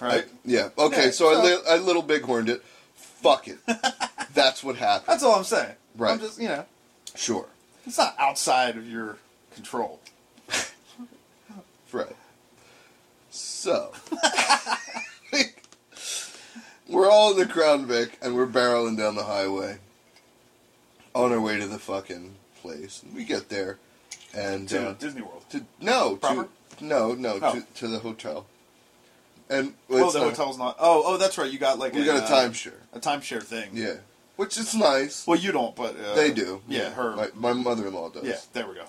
Speaker 1: I,
Speaker 2: Right.
Speaker 1: yeah. Okay,
Speaker 2: Yeah,
Speaker 1: so I,
Speaker 2: so-
Speaker 1: li- I little bighorned it. Fuck it. That's what happened.
Speaker 2: That's all I'm saying. I'm
Speaker 1: Right.
Speaker 2: just you know,
Speaker 1: Sure.
Speaker 2: it's not outside of your control.
Speaker 1: Right. So. we're all in the Crown Vic and we're barreling down the highway on our way to the fucking place. We get there and.
Speaker 2: To
Speaker 1: uh,
Speaker 2: Disney World.
Speaker 1: to, no,
Speaker 2: Proper?
Speaker 1: to. No, no,
Speaker 2: Oh.
Speaker 1: to, to the hotel. And. well,
Speaker 2: Oh,
Speaker 1: it's
Speaker 2: the
Speaker 1: not-
Speaker 2: hotel's not. Oh, oh, that's right. You got like
Speaker 1: We
Speaker 2: a,
Speaker 1: got a
Speaker 2: uh,
Speaker 1: timeshare.
Speaker 2: a timeshare thing.
Speaker 1: Yeah. Which is nice.
Speaker 2: Well, you don't, but uh,
Speaker 1: they do.
Speaker 2: Yeah, her.
Speaker 1: My, my mother-in-law does.
Speaker 2: yeah, there we go.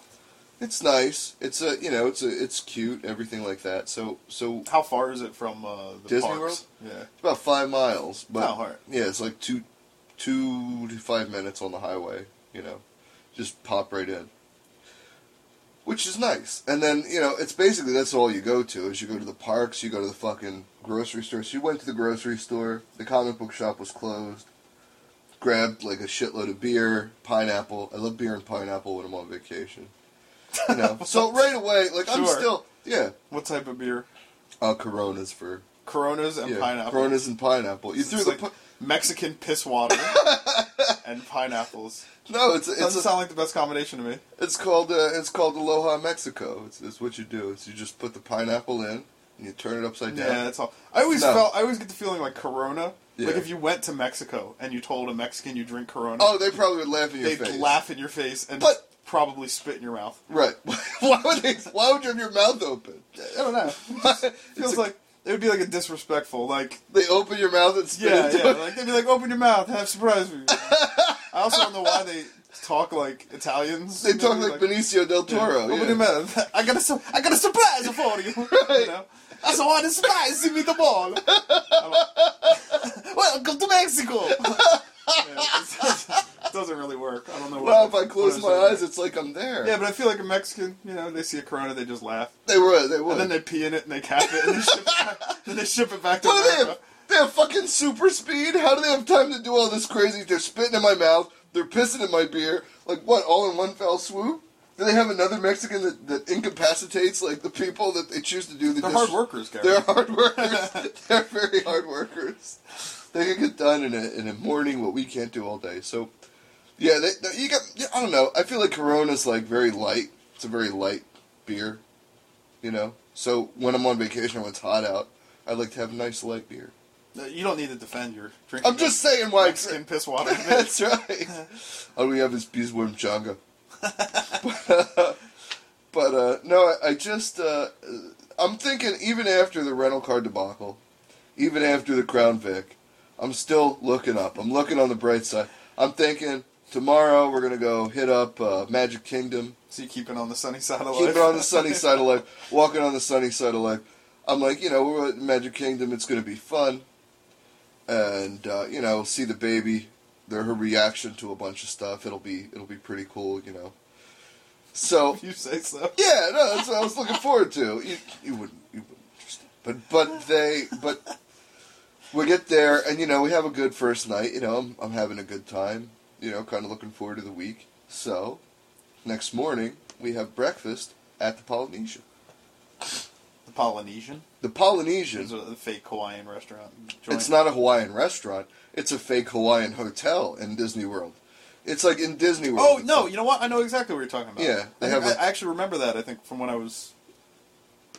Speaker 1: It's nice. It's a you know it's a it's cute everything like that. So so
Speaker 2: How far is it from uh, the
Speaker 1: Disney
Speaker 2: parks? Yeah.
Speaker 1: it's about five miles, but
Speaker 2: Oh, all right.
Speaker 1: yeah, it's like two two to five minutes on the highway. You know, just pop right in, which is nice. And then you know it's basically that's all you go to is you go to the parks, you go to the fucking grocery store. So you went to the grocery store. The comic book shop was closed. Grabbed like a shitload of beer, pineapple. I love beer and pineapple when I'm on vacation. You know, so right away, like I'm
Speaker 2: Sure.
Speaker 1: still yeah.
Speaker 2: What type of beer?
Speaker 1: Uh, Coronas for
Speaker 2: Coronas and
Speaker 1: yeah,
Speaker 2: pineapple.
Speaker 1: Coronas and pineapple. You
Speaker 2: It's
Speaker 1: threw the
Speaker 2: like
Speaker 1: pi-
Speaker 2: Mexican piss water and pineapples.
Speaker 1: no. It's it's
Speaker 2: Doesn't
Speaker 1: a-
Speaker 2: sound like the best combination to me.
Speaker 1: it's called uh, it's called Aloha Mexico. It's, it's what you do. It's you just put the pineapple in and you turn it upside
Speaker 2: Yeah,
Speaker 1: down.
Speaker 2: that's all. I always
Speaker 1: No.
Speaker 2: felt. I always get the feeling like Corona. Like
Speaker 1: Yeah.
Speaker 2: if you went to Mexico and you told a Mexican you drink Corona,
Speaker 1: Oh, they probably would laugh in your
Speaker 2: they'd
Speaker 1: face.
Speaker 2: laugh in your face and
Speaker 1: But-
Speaker 2: probably spit in your mouth.
Speaker 1: Right? why would they? Why would you have your mouth open?
Speaker 2: I don't know. feels
Speaker 1: It's
Speaker 2: like it would be like a disrespectful like
Speaker 1: they open your mouth and spit
Speaker 2: yeah
Speaker 1: into
Speaker 2: yeah
Speaker 1: it.
Speaker 2: like they'd be like open your mouth have surprise for you. I also don't know why they talk like Italians.
Speaker 1: They talk
Speaker 2: Maybe,
Speaker 1: like, Benicio del Toro.
Speaker 2: Open
Speaker 1: yeah.
Speaker 2: your mouth. I got a sur- I got a surprise for you. you know? I saw all the spicy meet the ball. Welcome to Mexico. Yeah, it doesn't really work. I don't know.
Speaker 1: Well, if
Speaker 2: what-
Speaker 1: I close
Speaker 2: what
Speaker 1: my
Speaker 2: I'm saying.
Speaker 1: eyes, it's like I'm there.
Speaker 2: yeah, but I feel like a Mexican. You know, they see a Corona, they just laugh.
Speaker 1: they were. They were.
Speaker 2: And then they pee in it and they cap it and they ship it back, then they ship it back to
Speaker 1: What do they
Speaker 2: America.
Speaker 1: have? They have fucking super speed? How do they have time to do all this crazy? They're spitting in my mouth. They're pissing in my beer. Like, what, all in one fell swoop? Do they have another Mexican that, that incapacitates, like, the people that they choose to do the
Speaker 2: They're
Speaker 1: dis-
Speaker 2: hard workers, guys.
Speaker 1: They're hard workers. They're very hard workers. They can get done in a, in a morning what we can't do all day. So, yeah, they, they- you got, yeah, I don't know. I feel like Corona's, like, very light. It's a very light beer, you know? So, when I'm on vacation or when it's hot out, I like to have a nice light beer.
Speaker 2: Uh, You don't need to defend your drinking.
Speaker 1: I'm just saying why. it's-
Speaker 2: Mexican piss water.
Speaker 1: That's right. All we have is beesworm changa. but uh, no, I, I just uh, I'm thinking even after the rental car debacle, even after the Crown Vic, I'm still looking up. I'm looking on the bright side. I'm thinking tomorrow we're gonna go hit up uh, Magic Kingdom.
Speaker 2: so you keep it on the sunny side of life.
Speaker 1: Keep it on the sunny side of life. Walking on the sunny side of life. I'm like, you know, we're at Magic Kingdom. It's going to be fun. And uh, you know, see the baby, their her reaction to a bunch of stuff. It'll be it'll be pretty cool, you know. So
Speaker 2: If you say so.
Speaker 1: yeah, no, that's what I was looking forward to. You, you wouldn't, you wouldn't, understand. but but they, but we get there, and you know, we have a good first night. You know, I'm I'm having a good time. You know, kind of looking forward to the week. So, next morning we have breakfast at the Polynesian.
Speaker 2: The Polynesian.
Speaker 1: The
Speaker 2: It's
Speaker 1: Polynesian.
Speaker 2: a fake Hawaiian restaurant. joint.
Speaker 1: It's not a Hawaiian restaurant. It's a fake Hawaiian hotel in Disney World. It's like in Disney World.
Speaker 2: Oh
Speaker 1: It's
Speaker 2: no!
Speaker 1: like-
Speaker 2: You know what? I know exactly what you're talking about.
Speaker 1: Yeah,
Speaker 2: I,
Speaker 1: they
Speaker 2: think-
Speaker 1: have a-
Speaker 2: I actually remember that. I think from when I was,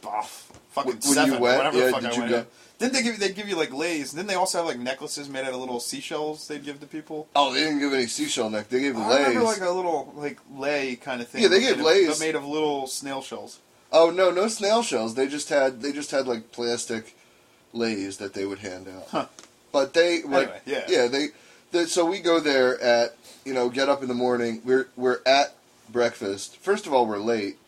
Speaker 2: oh, fucking
Speaker 1: When- when you
Speaker 2: seven,
Speaker 1: went?
Speaker 2: whatever the
Speaker 1: Yeah,
Speaker 2: fuck
Speaker 1: did
Speaker 2: I
Speaker 1: you
Speaker 2: went.
Speaker 1: go-
Speaker 2: in. Didn't they give they give you like lays? And then they also have like necklaces made out of little seashells they'd give to people.
Speaker 1: Oh, they didn't give any seashell neck. They gave
Speaker 2: I
Speaker 1: lays.
Speaker 2: remember like a little like lay kind of thing.
Speaker 1: Yeah, they
Speaker 2: made
Speaker 1: gave
Speaker 2: of-
Speaker 1: lays.
Speaker 2: but made of little snail shells.
Speaker 1: Oh no, no snail shells. They just had they just had like plastic lays that they would hand out.
Speaker 2: Huh.
Speaker 1: But they like
Speaker 2: Anyway, yeah.
Speaker 1: they, they so we go there at you know get up in the morning. We're we're at breakfast. First of all, we're late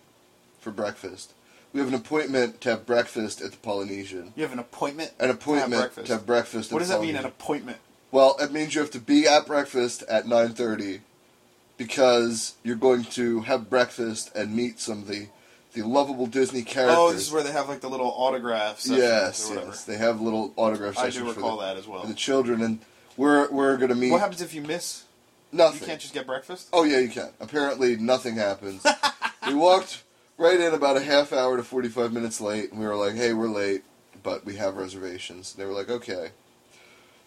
Speaker 1: for breakfast. We have an appointment to have breakfast at the Polynesian.
Speaker 2: You have an appointment.
Speaker 1: An
Speaker 2: to have
Speaker 1: appointment
Speaker 2: breakfast.
Speaker 1: to have breakfast. At
Speaker 2: What does
Speaker 1: the
Speaker 2: that mean?
Speaker 1: Polynesian.
Speaker 2: An appointment.
Speaker 1: Well, it means you have to be at breakfast at 9:30 because you're going to have breakfast and meet some of the the lovable Disney characters.
Speaker 2: Oh, this is where they have like the little autographs.
Speaker 1: yes,
Speaker 2: or whatever.
Speaker 1: yes, they have little autograph
Speaker 2: I
Speaker 1: sessions
Speaker 2: do
Speaker 1: for
Speaker 2: recall
Speaker 1: the,
Speaker 2: that as well.
Speaker 1: for the children, and we're we're gonna meet
Speaker 2: What happens if you miss?
Speaker 1: nothing.
Speaker 2: You can't just get breakfast.
Speaker 1: Oh yeah, you can. Apparently, nothing happens. we walked right in about a half hour to forty-five minutes late, and we were like, "Hey, we're late, but we have reservations." They were like, "Okay."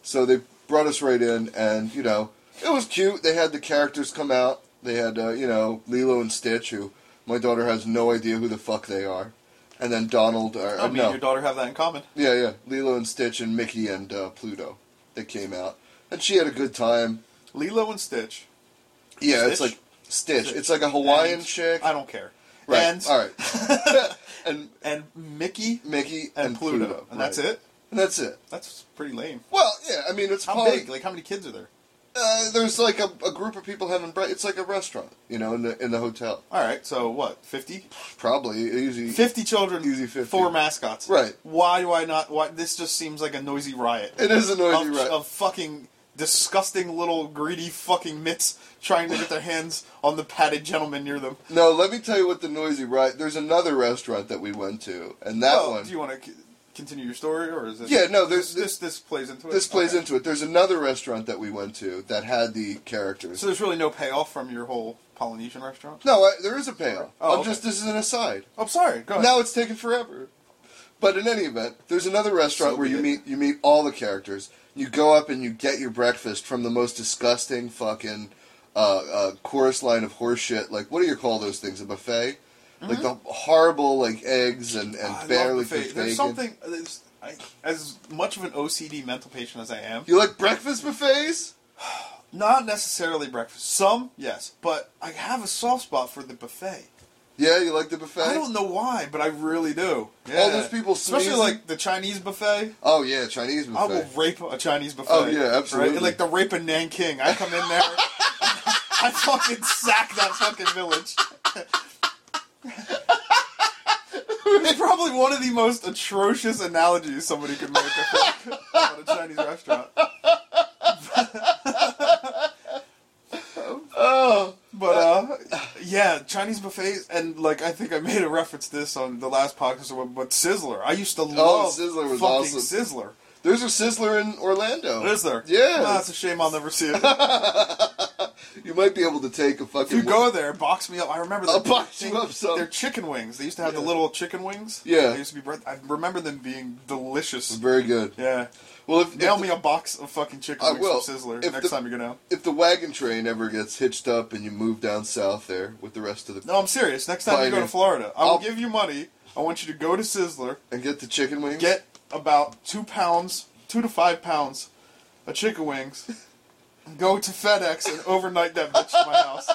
Speaker 1: So they brought us right in, and you know, it was cute. They had the characters come out. They had uh, you know Lilo and Stitch, who my daughter has no idea who the fuck they are, and then Donald. Or, uh,
Speaker 2: I mean,
Speaker 1: Oh, no,
Speaker 2: Oh, your daughter have that in common.
Speaker 1: yeah, yeah. Lilo and Stitch and Mickey and uh, Pluto. They came out, and she had a good time.
Speaker 2: Lilo and Stitch.
Speaker 1: Yeah, it's
Speaker 2: Stitch?
Speaker 1: like Stitch.
Speaker 2: Stitch.
Speaker 1: It's like a Hawaiian
Speaker 2: And-
Speaker 1: chick.
Speaker 2: I don't care.
Speaker 1: Right.
Speaker 2: And,
Speaker 1: All right. and
Speaker 2: and Mickey
Speaker 1: Mickey
Speaker 2: and,
Speaker 1: and,
Speaker 2: Pluto. And that's
Speaker 1: right.
Speaker 2: it.
Speaker 1: And that's it.
Speaker 2: That's pretty lame.
Speaker 1: Well, yeah. I mean, it's
Speaker 2: How
Speaker 1: probably
Speaker 2: big? Like how many kids are there?
Speaker 1: uh, there's like a, a group of people having breakfast. It's like a restaurant, you know, in the in the hotel.
Speaker 2: All right, so what? 50?
Speaker 1: Probably usually.
Speaker 2: 50 children,
Speaker 1: Easy 50.
Speaker 2: four mascots.
Speaker 1: Right.
Speaker 2: Why do I not why this just seems like a noisy riot.
Speaker 1: It is a noisy
Speaker 2: of,
Speaker 1: right.
Speaker 2: of fucking disgusting little greedy fucking mitts trying to get their hands on the padded gentleman near them.
Speaker 1: No, let me tell you what the noisy right. There's another restaurant that we went to, and that
Speaker 2: Well,
Speaker 1: one.
Speaker 2: Do you want to c- continue your story or is this
Speaker 1: Yeah, no,
Speaker 2: This
Speaker 1: there's-
Speaker 2: this, this plays into it.
Speaker 1: this plays
Speaker 2: Okay.
Speaker 1: into it. There's another restaurant that we went to that had the characters.
Speaker 2: So there's really no payoff from your whole Polynesian restaurant.
Speaker 1: no, I, there is a payoff.
Speaker 2: Oh,
Speaker 1: I'm
Speaker 2: okay.
Speaker 1: just this is an aside.
Speaker 2: I'm sorry. Go ahead.
Speaker 1: Now it's taken forever. But in any event, there's another restaurant
Speaker 2: So
Speaker 1: where you
Speaker 2: be
Speaker 1: meet you meet all the characters. You go up and you get your breakfast from the most disgusting fucking uh, uh, chorus line of horseshit. Like what do you call those things? A buffet? Like the horrible like eggs and and
Speaker 2: Mm-hmm. I love
Speaker 1: barely
Speaker 2: buffet.
Speaker 1: cooked bacon.
Speaker 2: There's something there's- I, as much of an OCD mental patient as I am.
Speaker 1: You like breakfast buffets?
Speaker 2: Not necessarily breakfast. Some, yes, but I have a soft spot for the buffet.
Speaker 1: Yeah, you like the buffet.
Speaker 2: I don't know why, but I really do. Yeah.
Speaker 1: All those people
Speaker 2: especially
Speaker 1: sneezing.
Speaker 2: like the Chinese buffet.
Speaker 1: Oh yeah, Chinese
Speaker 2: I will
Speaker 1: buffet.
Speaker 2: rape a Chinese buffet.
Speaker 1: Oh, yeah,
Speaker 2: right?
Speaker 1: absolutely.
Speaker 2: Like the rape of Nanking. I come in there, I fucking sack that fucking village. it's probably one of the most atrocious analogies somebody could make I think, about a Chinese restaurant.
Speaker 1: Oh,
Speaker 2: But uh, yeah, Chinese buffets, and like I think I made a reference to this on the last podcast, or what- but Sizzler. I used to love
Speaker 1: Oh, Sizzler was
Speaker 2: fucking
Speaker 1: awesome. Oh.
Speaker 2: Sizzler.
Speaker 1: there's a Sizzler in Orlando.
Speaker 2: What is there?
Speaker 1: Yeah.
Speaker 2: Ah, it's a shame I'll never see it.
Speaker 1: You might be able to take a
Speaker 2: If
Speaker 1: fucking.
Speaker 2: you go there, box me up. I remember
Speaker 1: I'll
Speaker 2: their
Speaker 1: box you
Speaker 2: thing-
Speaker 1: up some.
Speaker 2: Their chicken wings. They used to have the
Speaker 1: Yeah.
Speaker 2: little chicken wings.
Speaker 1: Yeah.
Speaker 2: They used to be. bread- I remember them being delicious.
Speaker 1: Very good.
Speaker 2: Yeah.
Speaker 1: Well, if,
Speaker 2: Nail
Speaker 1: if
Speaker 2: me a box of fucking chicken
Speaker 1: I
Speaker 2: wings
Speaker 1: will.
Speaker 2: from Sizzler
Speaker 1: If
Speaker 2: next
Speaker 1: the-
Speaker 2: time you go down.
Speaker 1: if the wagon train ever gets hitched up and you move down south there with the rest of the
Speaker 2: No, I'm serious. Next time you go
Speaker 1: Fine.
Speaker 2: to Florida, I will
Speaker 1: I'll-
Speaker 2: give you money. I want you to go to Sizzler,
Speaker 1: and get the chicken wings,
Speaker 2: get about two pounds, two to five pounds of chicken wings, go to FedEx and overnight that bitch to my house.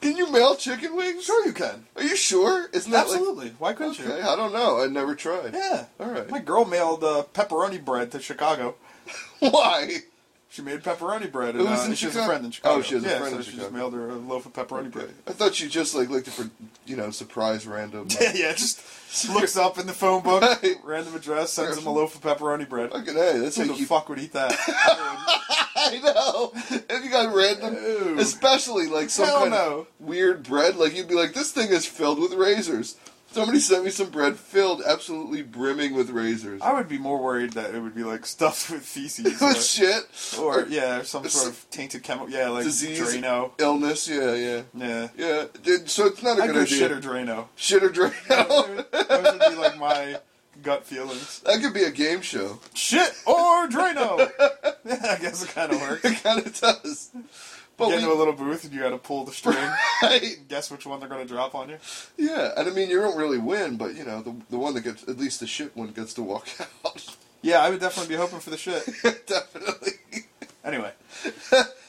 Speaker 1: can you mail chicken wings?
Speaker 2: Sure, you can.
Speaker 1: Are you sure? Isn't that
Speaker 2: Absolutely. Why
Speaker 1: like
Speaker 2: couldn't you?
Speaker 1: okay? I don't know. I never tried.
Speaker 2: Yeah.
Speaker 1: All right.
Speaker 2: My girl mailed uh, pepperoni bread to Chicago.
Speaker 1: Why?
Speaker 2: She made pepperoni bread.
Speaker 1: Who
Speaker 2: And,
Speaker 1: was
Speaker 2: uh,
Speaker 1: in
Speaker 2: she has a
Speaker 1: Chicago?
Speaker 2: friend in Chicago.
Speaker 1: Oh, she has a
Speaker 2: yeah,
Speaker 1: friend
Speaker 2: so
Speaker 1: in
Speaker 2: she just
Speaker 1: Chicago.
Speaker 2: mailed her a loaf of pepperoni bread.
Speaker 1: I thought you just like looked for you know surprise random.
Speaker 2: Yeah, yeah, just looks up in the phone book,
Speaker 1: Right.
Speaker 2: random address, sends him a loaf of pepperoni bread.
Speaker 1: Fucking hey, that's
Speaker 2: Who
Speaker 1: how
Speaker 2: the
Speaker 1: you.
Speaker 2: fuck would eat that? I
Speaker 1: I know. If you got random,
Speaker 2: Ew.
Speaker 1: especially like some
Speaker 2: Hell
Speaker 1: kind
Speaker 2: no.
Speaker 1: of weird bread, like you'd be like, this thing is filled with razors. Somebody sent me some bread filled, absolutely brimming with razors.
Speaker 2: would, I would be more worried that it would be like stuffed with feces.
Speaker 1: With
Speaker 2: or-
Speaker 1: Oh, shit.
Speaker 2: Or, yeah, or some
Speaker 1: It's
Speaker 2: sort of tainted chemical. Yeah, like
Speaker 1: Disease.
Speaker 2: Drano.
Speaker 1: illness. Yeah, yeah,
Speaker 2: Yeah.
Speaker 1: yeah. Dude, So it's not a
Speaker 2: I
Speaker 1: good
Speaker 2: go
Speaker 1: idea.
Speaker 2: shit or Drano.
Speaker 1: Shit or drain out.
Speaker 2: Those would be like my gut feelings.
Speaker 1: that could be a game show.
Speaker 2: Shit or Drano! yeah, I guess it kind of works.
Speaker 1: It kind of does. But
Speaker 2: Get
Speaker 1: we,
Speaker 2: into a little booth and you gotta pull the string.
Speaker 1: right?
Speaker 2: Guess which one they're gonna drop on you.
Speaker 1: Yeah, and I mean you don't really win, but you know the the one that gets at least the shit one gets to walk out.
Speaker 2: Yeah, I would definitely be hoping for the shit.
Speaker 1: Definitely.
Speaker 2: Anyway,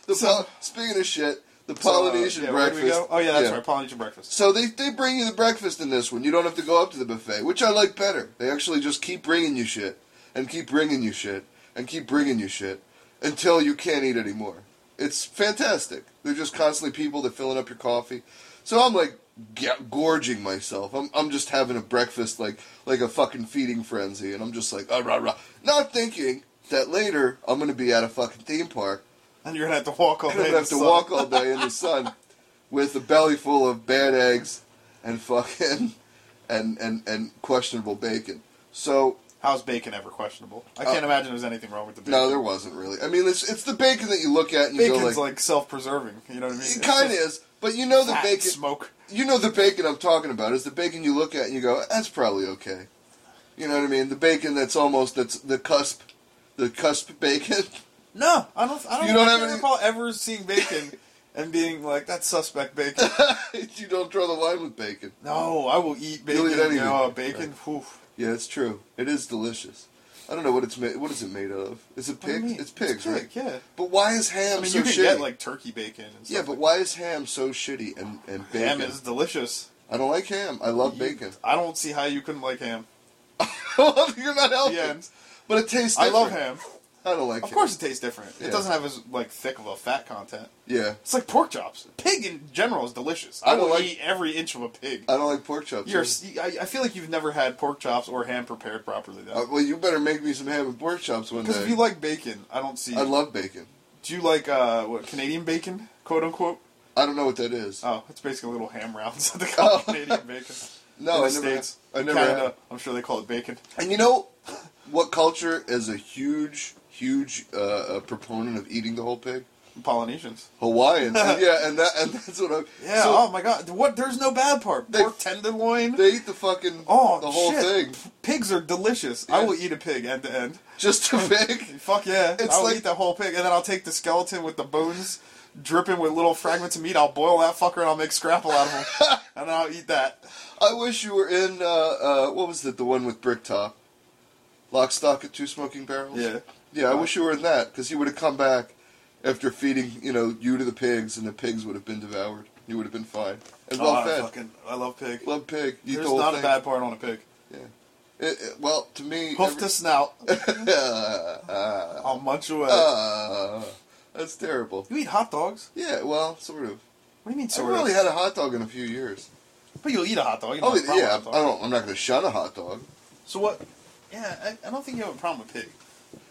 Speaker 1: The
Speaker 2: So-
Speaker 1: Pol- speaking of shit, the
Speaker 2: so, uh,
Speaker 1: Polynesian
Speaker 2: yeah, where do
Speaker 1: breakfast.
Speaker 2: we go? Oh yeah, that's right, Polynesian breakfast.
Speaker 1: So they, they bring you the breakfast in this one. You don't have to go up to the buffet, which I like better. They actually just keep bringing you shit and keep bringing you shit and keep bringing you shit until you can't eat anymore. It's fantastic. They're just constantly people. They're filling up your coffee. So I'm like g- gorging myself. I'm I'm just having a breakfast like like a fucking feeding frenzy, and I'm just like ah, rah rah, not thinking that later I'm gonna be at a fucking theme park.
Speaker 2: And you're gonna have to walk all
Speaker 1: I'm
Speaker 2: day.
Speaker 1: gonna
Speaker 2: in
Speaker 1: have
Speaker 2: the
Speaker 1: to
Speaker 2: sun.
Speaker 1: walk all day in the sun with a belly full of bad eggs and fucking and and and questionable bacon. So
Speaker 2: How's bacon ever questionable? I can't imagine there's anything wrong with the bacon.
Speaker 1: Uh, no, there wasn't really. I mean, it's it's the bacon that you look at and you
Speaker 2: Bacon's
Speaker 1: go
Speaker 2: like,
Speaker 1: like,
Speaker 2: self-preserving. You know what I mean?
Speaker 1: it kind of is, but you know the
Speaker 2: Fat
Speaker 1: bacon.
Speaker 2: smoke.
Speaker 1: you know the bacon I'm talking about is the bacon you look at and you go, that's probably okay. You know what I mean? The bacon that's almost that's the cusp, the cusp bacon.
Speaker 2: No, I don't. I don't.
Speaker 1: You don't
Speaker 2: I
Speaker 1: have
Speaker 2: can't
Speaker 1: any-
Speaker 2: recall ever seeing bacon and being like that's suspect bacon.
Speaker 1: you don't draw the line with bacon.
Speaker 2: no, I will eat bacon.
Speaker 1: You'll eat anything.
Speaker 2: No, bacon. Whew.
Speaker 1: Yeah, it's true. It is delicious. I don't know what it's made. What is it made of? Is it
Speaker 2: What do you
Speaker 1: pig?
Speaker 2: mean?
Speaker 1: It's pigs,
Speaker 2: pig,
Speaker 1: right?
Speaker 2: Yeah.
Speaker 1: But why is ham
Speaker 2: I mean,
Speaker 1: so
Speaker 2: you can
Speaker 1: shitty?
Speaker 2: get like turkey bacon. And stuff
Speaker 1: yeah, but why is ham so shitty and and
Speaker 2: like that. ham
Speaker 1: bacon?
Speaker 2: is delicious.
Speaker 1: I don't like ham. I love
Speaker 2: You-
Speaker 1: bacon.
Speaker 2: I don't see how you couldn't like ham.
Speaker 1: You're not helping.
Speaker 2: Yeah.
Speaker 1: But it tastes.
Speaker 2: I love
Speaker 1: Oh, different.
Speaker 2: ham.
Speaker 1: I don't like.
Speaker 2: Of
Speaker 1: ham.
Speaker 2: course, it tastes different.
Speaker 1: Yeah.
Speaker 2: It doesn't have as like thick of a fat content.
Speaker 1: Yeah,
Speaker 2: It's like pork chops. Pig in general is delicious.
Speaker 1: I
Speaker 2: I
Speaker 1: don't
Speaker 2: will
Speaker 1: like- Uh,
Speaker 2: eat every inch of a pig.
Speaker 1: I don't like pork chops.
Speaker 2: You're,
Speaker 1: either.
Speaker 2: I I feel like you've never had pork chops or ham prepared properly.
Speaker 1: Uh,
Speaker 2: Though.
Speaker 1: well, you better make me some ham and pork chops one
Speaker 2: Because
Speaker 1: day.
Speaker 2: if you like bacon, I don't see.
Speaker 1: I love bacon.
Speaker 2: Do you like uh, what Canadian bacon, quote unquote?
Speaker 1: I don't know what that is.
Speaker 2: Oh, it's basically little ham rounds that they
Speaker 1: Oh.
Speaker 2: call Canadian bacon.
Speaker 1: no,
Speaker 2: in
Speaker 1: I
Speaker 2: the
Speaker 1: never.
Speaker 2: States,
Speaker 1: I never.
Speaker 2: Canada,
Speaker 1: had-
Speaker 2: I'm sure they call it bacon.
Speaker 1: And you know what culture is a huge, huge uh, uh, proponent of eating the whole pig?
Speaker 2: Polynesians.
Speaker 1: Hawaiians. And yeah, and that and that's what I'm.
Speaker 2: Yeah.
Speaker 1: So
Speaker 2: oh my God. What? There's no bad part.
Speaker 1: They-
Speaker 2: Pork tenderloin.
Speaker 1: they eat the fucking
Speaker 2: oh,
Speaker 1: the whole
Speaker 2: shit.
Speaker 1: thing.
Speaker 2: Pigs are delicious. I
Speaker 1: Yeah.
Speaker 2: will eat a pig end to end.
Speaker 1: Just a pig.
Speaker 2: Fuck yeah.
Speaker 1: It's
Speaker 2: I'll
Speaker 1: like-
Speaker 2: eat the whole pig, and then I'll take the skeleton with the bones dripping with little fragments of meat. I'll boil that fucker, and I'll make scrapple out of him. and I'll eat that.
Speaker 1: I wish you were in. Uh, uh, what was it? The one with Bricktop. Lock, stock, and two smoking barrels.
Speaker 2: Yeah.
Speaker 1: Yeah, I wish you were in that because he would have come back after feeding, you know, you to the pigs, and the pigs would have been devoured. You would have been fine and well
Speaker 2: Oh, I
Speaker 1: fed.
Speaker 2: fucking, I love pig.
Speaker 1: Love pig. Eat
Speaker 2: There's
Speaker 1: the whole
Speaker 2: not
Speaker 1: thing.
Speaker 2: a bad part on a pig.
Speaker 1: It- it- well, to me,
Speaker 2: Hoof
Speaker 1: every-
Speaker 2: to snout.
Speaker 1: Ah,
Speaker 2: I'll munch away.
Speaker 1: ah, that's terrible.
Speaker 2: you eat hot dogs?
Speaker 1: Yeah, well, sort of.
Speaker 2: What do you mean,
Speaker 1: I
Speaker 2: sort
Speaker 1: really
Speaker 2: of?
Speaker 1: had a hot dog in a few years.
Speaker 2: but you'll eat a hot dog. You don't
Speaker 1: Oh
Speaker 2: have a problem
Speaker 1: yeah, I
Speaker 2: with hot dog.
Speaker 1: don't. I'm not going to shun a hot dog.
Speaker 2: So what? Yeah, I, I don't think you have a problem with pig.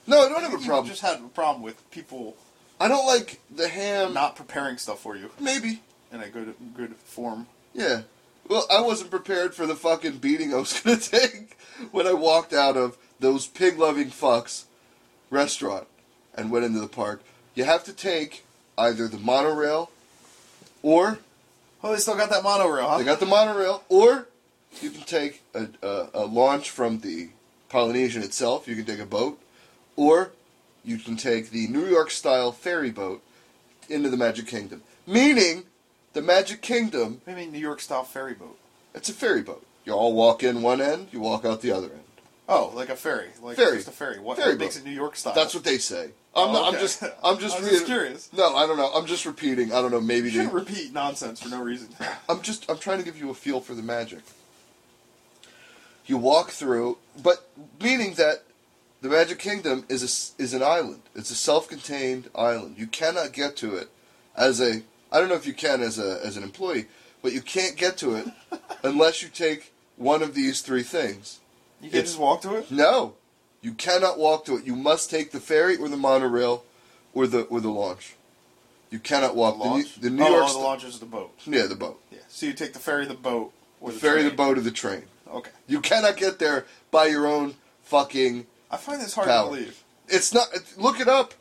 Speaker 1: No, I don't
Speaker 2: think
Speaker 1: have a
Speaker 2: you
Speaker 1: problem.
Speaker 2: just had a problem with people
Speaker 1: I don't like the ham.
Speaker 2: not preparing stuff for you
Speaker 1: Maybe.
Speaker 2: in a good good form.
Speaker 1: Yeah. Well, I wasn't prepared for the fucking beating I was gonna take when I walked out of those pig loving fucks restaurant and went into the park. You have to take either the monorail or
Speaker 2: Oh, they still got that monorail, huh?
Speaker 1: they got the monorail or you can take a, a, a launch from the Polynesian itself. You can take a boat or you can take the New York style ferry boat into the Magic Kingdom. Meaning, the Magic Kingdom
Speaker 2: Maybe New York style ferry boat.
Speaker 1: It's a ferry boat. You all walk in one end, you walk out the other end.
Speaker 2: Oh, like a ferry, like
Speaker 1: Ferry.
Speaker 2: just a ferry. What,
Speaker 1: Ferry
Speaker 2: what makes
Speaker 1: boat.
Speaker 2: it New York style?
Speaker 1: That's what they say. I'm
Speaker 2: Oh,
Speaker 1: not, I'm
Speaker 2: okay.
Speaker 1: just I'm just,
Speaker 2: I was just
Speaker 1: reiter-
Speaker 2: curious.
Speaker 1: No, I don't know. I'm just repeating. I don't know. Maybe
Speaker 2: You
Speaker 1: they,
Speaker 2: shouldn't repeat nonsense for no reason.
Speaker 1: I'm just I'm trying to give you a feel for the magic. You walk through, but meaning that the Magic Kingdom is a s is an island. It's a self-contained island. You cannot get to it as a I don't know if you can as a as an employee, but you can't get to it unless you take one of these three things.
Speaker 2: You can just walk to it.
Speaker 1: No, you cannot walk to it. You must take the ferry or the monorail, or the or the launch. You cannot walk
Speaker 2: The launch?
Speaker 1: The, New- the New
Speaker 2: oh,
Speaker 1: York.
Speaker 2: oh, the
Speaker 1: st-
Speaker 2: launch is the boat.
Speaker 1: yeah, the boat.
Speaker 2: Yeah. So you take the ferry, the boat, or the
Speaker 1: ferry,
Speaker 2: train.
Speaker 1: the boat, or the train.
Speaker 2: Okay.
Speaker 1: You cannot get there by your own fucking.
Speaker 2: I find this hard
Speaker 1: Power.
Speaker 2: to believe.
Speaker 1: It's not. it- Look it up.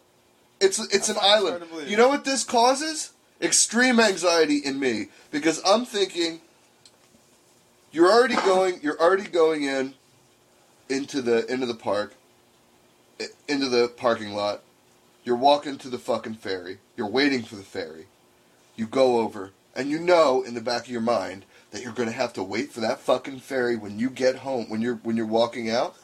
Speaker 1: It's it's
Speaker 2: I
Speaker 1: an
Speaker 2: find it hard
Speaker 1: island.
Speaker 2: to believe.
Speaker 1: You know what this causes? Extreme anxiety in me because I'm thinking. You're already going. You're already going in, into the into the park, i- into the parking lot. You're walking to the fucking ferry. You're waiting for the ferry. You go over, and you know in the back of your mind that you're going to have to wait for that fucking ferry when you get home. When you're when you're walking out,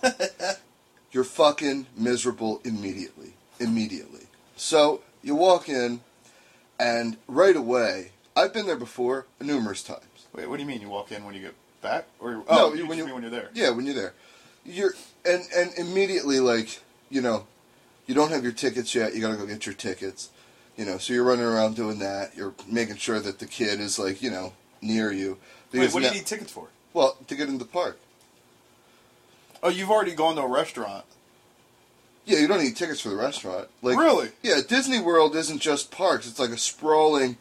Speaker 1: you're fucking miserable immediately. Immediately. So you walk in, and right away, I've been there before numerous times.
Speaker 2: Wait, what do you mean? You walk in when you get back, or oh, you, when you mean when you're there?
Speaker 1: Yeah, when you're there, you're and and immediately like you know, you don't have your tickets yet. You gotta go get your tickets. You know, so you're running around doing that. You're making sure that the kid is like you know near you.
Speaker 2: Wait, what do
Speaker 1: now-
Speaker 2: you need tickets for?
Speaker 1: well, to get into the park.
Speaker 2: Oh, you've already gone to a restaurant.
Speaker 1: Yeah, you don't need tickets for the restaurant. Like
Speaker 2: Really?
Speaker 1: Yeah, Disney World isn't just parks. It's like a sprawling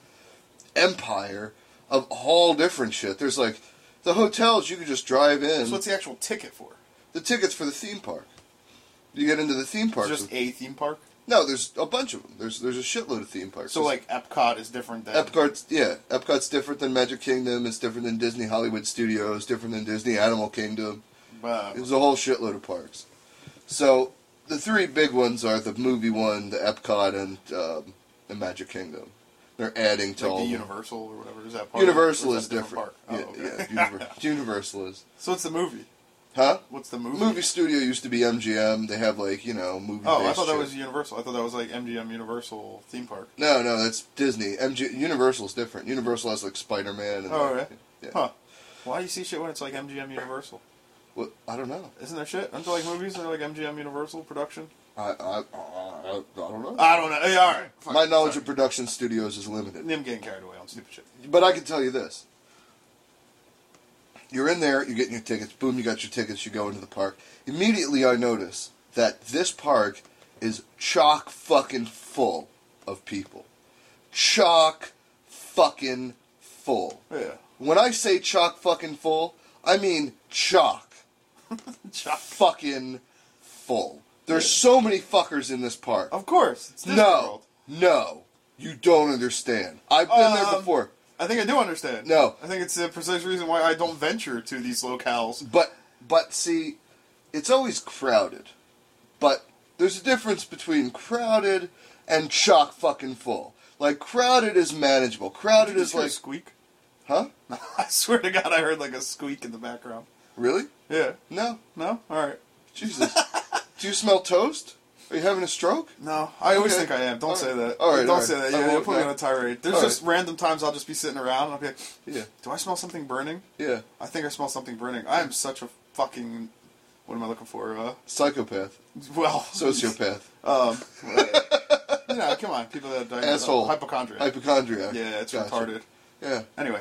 Speaker 1: empire of all different shit. There's like the hotels you can just drive in.
Speaker 2: So what's the actual ticket for?
Speaker 1: the tickets for the theme park. You get into the theme
Speaker 2: It's
Speaker 1: park.
Speaker 2: just a theme park.
Speaker 1: no, there's a bunch of them. There's there's a shitload of theme parks.
Speaker 2: So
Speaker 1: There's-
Speaker 2: like Epcot is different than
Speaker 1: Epcot's yeah, Epcot's different than Magic Kingdom. It's different than Disney Hollywood Studios. Different than Disney Animal Kingdom.
Speaker 2: Uh,
Speaker 1: There's a whole shitload of parks. So the three big ones are the movie one, the Epcot, and um, the Magic Kingdom. They're adding to
Speaker 2: like
Speaker 1: all
Speaker 2: the
Speaker 1: of them.
Speaker 2: Universal or whatever is that part?
Speaker 1: Universal
Speaker 2: Or
Speaker 1: is
Speaker 2: that a
Speaker 1: different.
Speaker 2: park? Oh,
Speaker 1: yeah,
Speaker 2: okay.
Speaker 1: yeah, Univer- Universal is.
Speaker 2: so what's the movie?
Speaker 1: Huh?
Speaker 2: What's the movie?
Speaker 1: Movie studio used to be MGM. They have like you know movie.
Speaker 2: Oh, I thought that was Universal. I thought that was like MGM Universal theme park.
Speaker 1: No, no, that's Disney. MG Universal's different. Universal has like Spider Man.
Speaker 2: Oh, all right.
Speaker 1: Yeah.
Speaker 2: Huh. Why do you see shit when it's like MGM Universal?
Speaker 1: Well, I don't know.
Speaker 2: Isn't there shit? Aren't there like movies that are like MGM Universal production?
Speaker 1: I I, I, I don't know.
Speaker 2: I don't know. Yeah, all right. Ah, Fuck.
Speaker 1: My knowledge
Speaker 2: Sorry.
Speaker 1: of production studios is limited.
Speaker 2: Them getting carried away on stupid shit.
Speaker 1: But I can tell you this. You're in there, you're getting your tickets, boom, you got your tickets, you go into the park. Immediately I notice that this park is chock fucking full of people. Chock fucking full.
Speaker 2: Yeah.
Speaker 1: When I say chock fucking full, I mean chock
Speaker 2: Chop.
Speaker 1: fucking full. There's so many fuckers in this park.
Speaker 2: Of course. It's Disney
Speaker 1: no.
Speaker 2: World.
Speaker 1: No. You don't understand. I've been there
Speaker 2: Um,
Speaker 1: before.
Speaker 2: I think I do understand.
Speaker 1: No.
Speaker 2: I think it's the precise reason why I don't venture to these locales.
Speaker 1: But but see, it's always crowded. But there's a difference between crowded and chock fucking full. Like crowded is manageable. Crowded
Speaker 2: Did you just
Speaker 1: is
Speaker 2: hear a
Speaker 1: like
Speaker 2: squeak.
Speaker 1: huh?
Speaker 2: I swear to God, I heard like a squeak in the background.
Speaker 1: Really?
Speaker 2: Yeah.
Speaker 1: No.
Speaker 2: No. All right.
Speaker 1: Jesus. Do you smell toast? Are you having a stroke?
Speaker 2: No, I always
Speaker 1: Okay.
Speaker 2: think I am. Don't
Speaker 1: All
Speaker 2: say
Speaker 1: right.
Speaker 2: that.
Speaker 1: All right,
Speaker 2: don't
Speaker 1: all right.
Speaker 2: say that.
Speaker 1: I
Speaker 2: Yeah, you're
Speaker 1: won't
Speaker 2: putting me
Speaker 1: now.
Speaker 2: on a tirade. There's
Speaker 1: All
Speaker 2: just random times I'll just be sitting around and I'll be like,
Speaker 1: Yeah.
Speaker 2: "Do I smell something burning?
Speaker 1: Yeah.
Speaker 2: I think I smell something burning. I am such a fucking what am I looking for? Uh,
Speaker 1: Psychopath.
Speaker 2: well,
Speaker 1: Sociopath.
Speaker 2: um, you know, come on, people that diagnose
Speaker 1: Asshole.
Speaker 2: hypochondriac.
Speaker 1: Hypochondriac.
Speaker 2: yeah, it's
Speaker 1: Gotcha.
Speaker 2: retarded.
Speaker 1: Yeah.
Speaker 2: Anyway,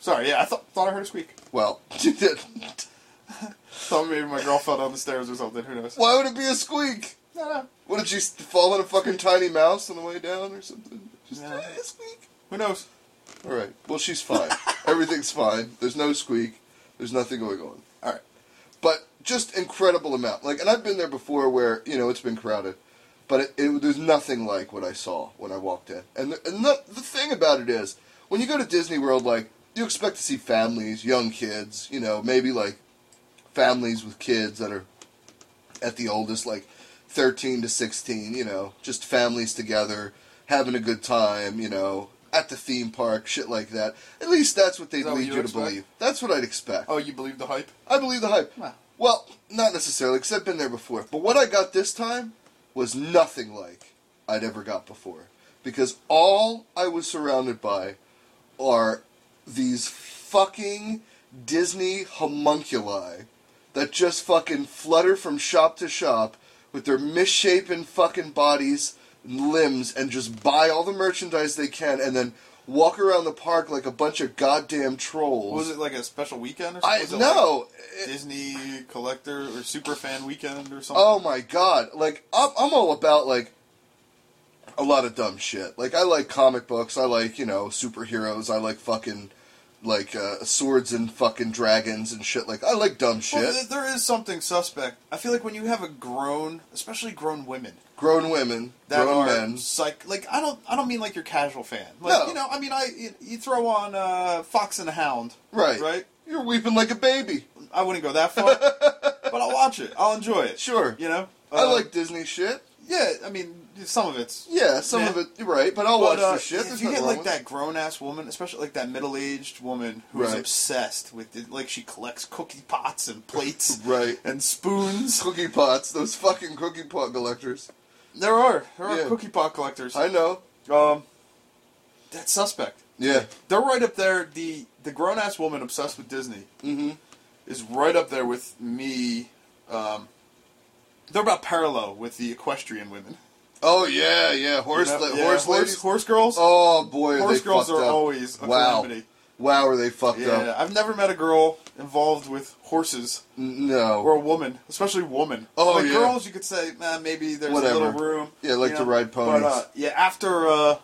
Speaker 2: sorry. Yeah, I thought thought I heard a squeak.
Speaker 1: Well, you didn't.
Speaker 2: Thought maybe my girl fell down the stairs or something. Who knows?
Speaker 1: Why would it be a squeak?
Speaker 2: No, no.
Speaker 1: What did she s- fall on a fucking tiny mouse on the way down or something? Just
Speaker 2: No.
Speaker 1: "Eh, squeak.
Speaker 2: Who knows?
Speaker 1: All right. Well, she's fine. Everything's fine. There's no squeak. There's nothing going on.
Speaker 2: All right.
Speaker 1: But just incredible amount. Like, and I've been there before, where you know it's been crowded, but it, it there's nothing like what I saw when I walked in. And the, and the, the thing about it is, when you go to Disney World, like you expect to see families, young kids, you know, maybe like families with kids that are at the oldest, like 13 to 16, you know, just families together, having a good time, you know, at the theme park, shit like that. At least that's what they
Speaker 2: Is that what
Speaker 1: lead
Speaker 2: you
Speaker 1: you to
Speaker 2: expect?
Speaker 1: believe. That's what I'd expect.
Speaker 2: Oh, you believe the hype?
Speaker 1: I believe the hype.
Speaker 2: Well.
Speaker 1: Well, not necessarily, because I've been there before. But what I got this time was nothing like I'd ever got before. Because all I was surrounded by are these fucking Disney homunculi that just fucking flutter from shop to shop with their misshapen fucking bodies and limbs and just buy all the merchandise they can and then walk around the park like a bunch of goddamn trolls.
Speaker 2: Was it like a special weekend or something?
Speaker 1: I
Speaker 2: Was it like-
Speaker 1: no. It-
Speaker 2: Disney collector or super fan weekend or something.
Speaker 1: Oh my god! Like I'm, I'm all about like a lot of dumb shit. Like I like comic books. I like you know superheroes. I like fucking like uh, swords and fucking dragons and shit. Like I like dumb shit.
Speaker 2: Well, th- there is something suspect. I feel like when you have a grown, especially grown women,
Speaker 1: grown women,
Speaker 2: that
Speaker 1: grown
Speaker 2: are
Speaker 1: men.
Speaker 2: psych. Like I don't, I don't mean like your casual fan. Like
Speaker 1: No.
Speaker 2: you know, I mean I. You, you throw on uh, Fox and the Hound,
Speaker 1: Right.
Speaker 2: Right.
Speaker 1: You're weeping like a baby.
Speaker 2: I wouldn't go that far, but I'll watch it. I'll enjoy it.
Speaker 1: Sure.
Speaker 2: You know.
Speaker 1: I
Speaker 2: Uh,
Speaker 1: like Disney shit.
Speaker 2: Yeah, I mean some of it's.
Speaker 1: Yeah, some
Speaker 2: Yeah.
Speaker 1: of it. You're right, but I'll watch
Speaker 2: But, uh,
Speaker 1: the shit. There's
Speaker 2: if you
Speaker 1: nothing
Speaker 2: get
Speaker 1: wrong
Speaker 2: like
Speaker 1: with
Speaker 2: that grown ass woman, especially like that middle aged woman who's
Speaker 1: Right.
Speaker 2: obsessed with it, like she collects cookie pots and plates
Speaker 1: Right.
Speaker 2: and spoons.
Speaker 1: Cookie pots. Those fucking cookie pot collectors.
Speaker 2: There are there are
Speaker 1: Yeah.
Speaker 2: cookie pot collectors.
Speaker 1: I know.
Speaker 2: um, that's suspect.
Speaker 1: Yeah.
Speaker 2: They're right up there. The the grown ass woman obsessed with Disney
Speaker 1: Mm-hmm.
Speaker 2: is right up there with me. Um, they're about parallel with the equestrian women.
Speaker 1: Oh yeah, yeah. Horse,
Speaker 2: You know?
Speaker 1: la-
Speaker 2: Yeah,
Speaker 1: horse,
Speaker 2: horse,
Speaker 1: ladies.
Speaker 2: horse girls.
Speaker 1: Oh boy, are
Speaker 2: horse
Speaker 1: they
Speaker 2: girls
Speaker 1: fucked
Speaker 2: are
Speaker 1: up.
Speaker 2: always a
Speaker 1: wow.
Speaker 2: calamity.
Speaker 1: wow, are they fucked
Speaker 2: Yeah,
Speaker 1: up?
Speaker 2: I've never met a girl involved with horses
Speaker 1: N- No.
Speaker 2: or a woman, especially woman.
Speaker 1: Oh,
Speaker 2: like
Speaker 1: yeah.
Speaker 2: girls, you could say nah, maybe there's
Speaker 1: Whatever.
Speaker 2: a little room.
Speaker 1: Yeah, like
Speaker 2: you
Speaker 1: to ride
Speaker 2: But, uh,
Speaker 1: ponies.
Speaker 2: yeah, after uh,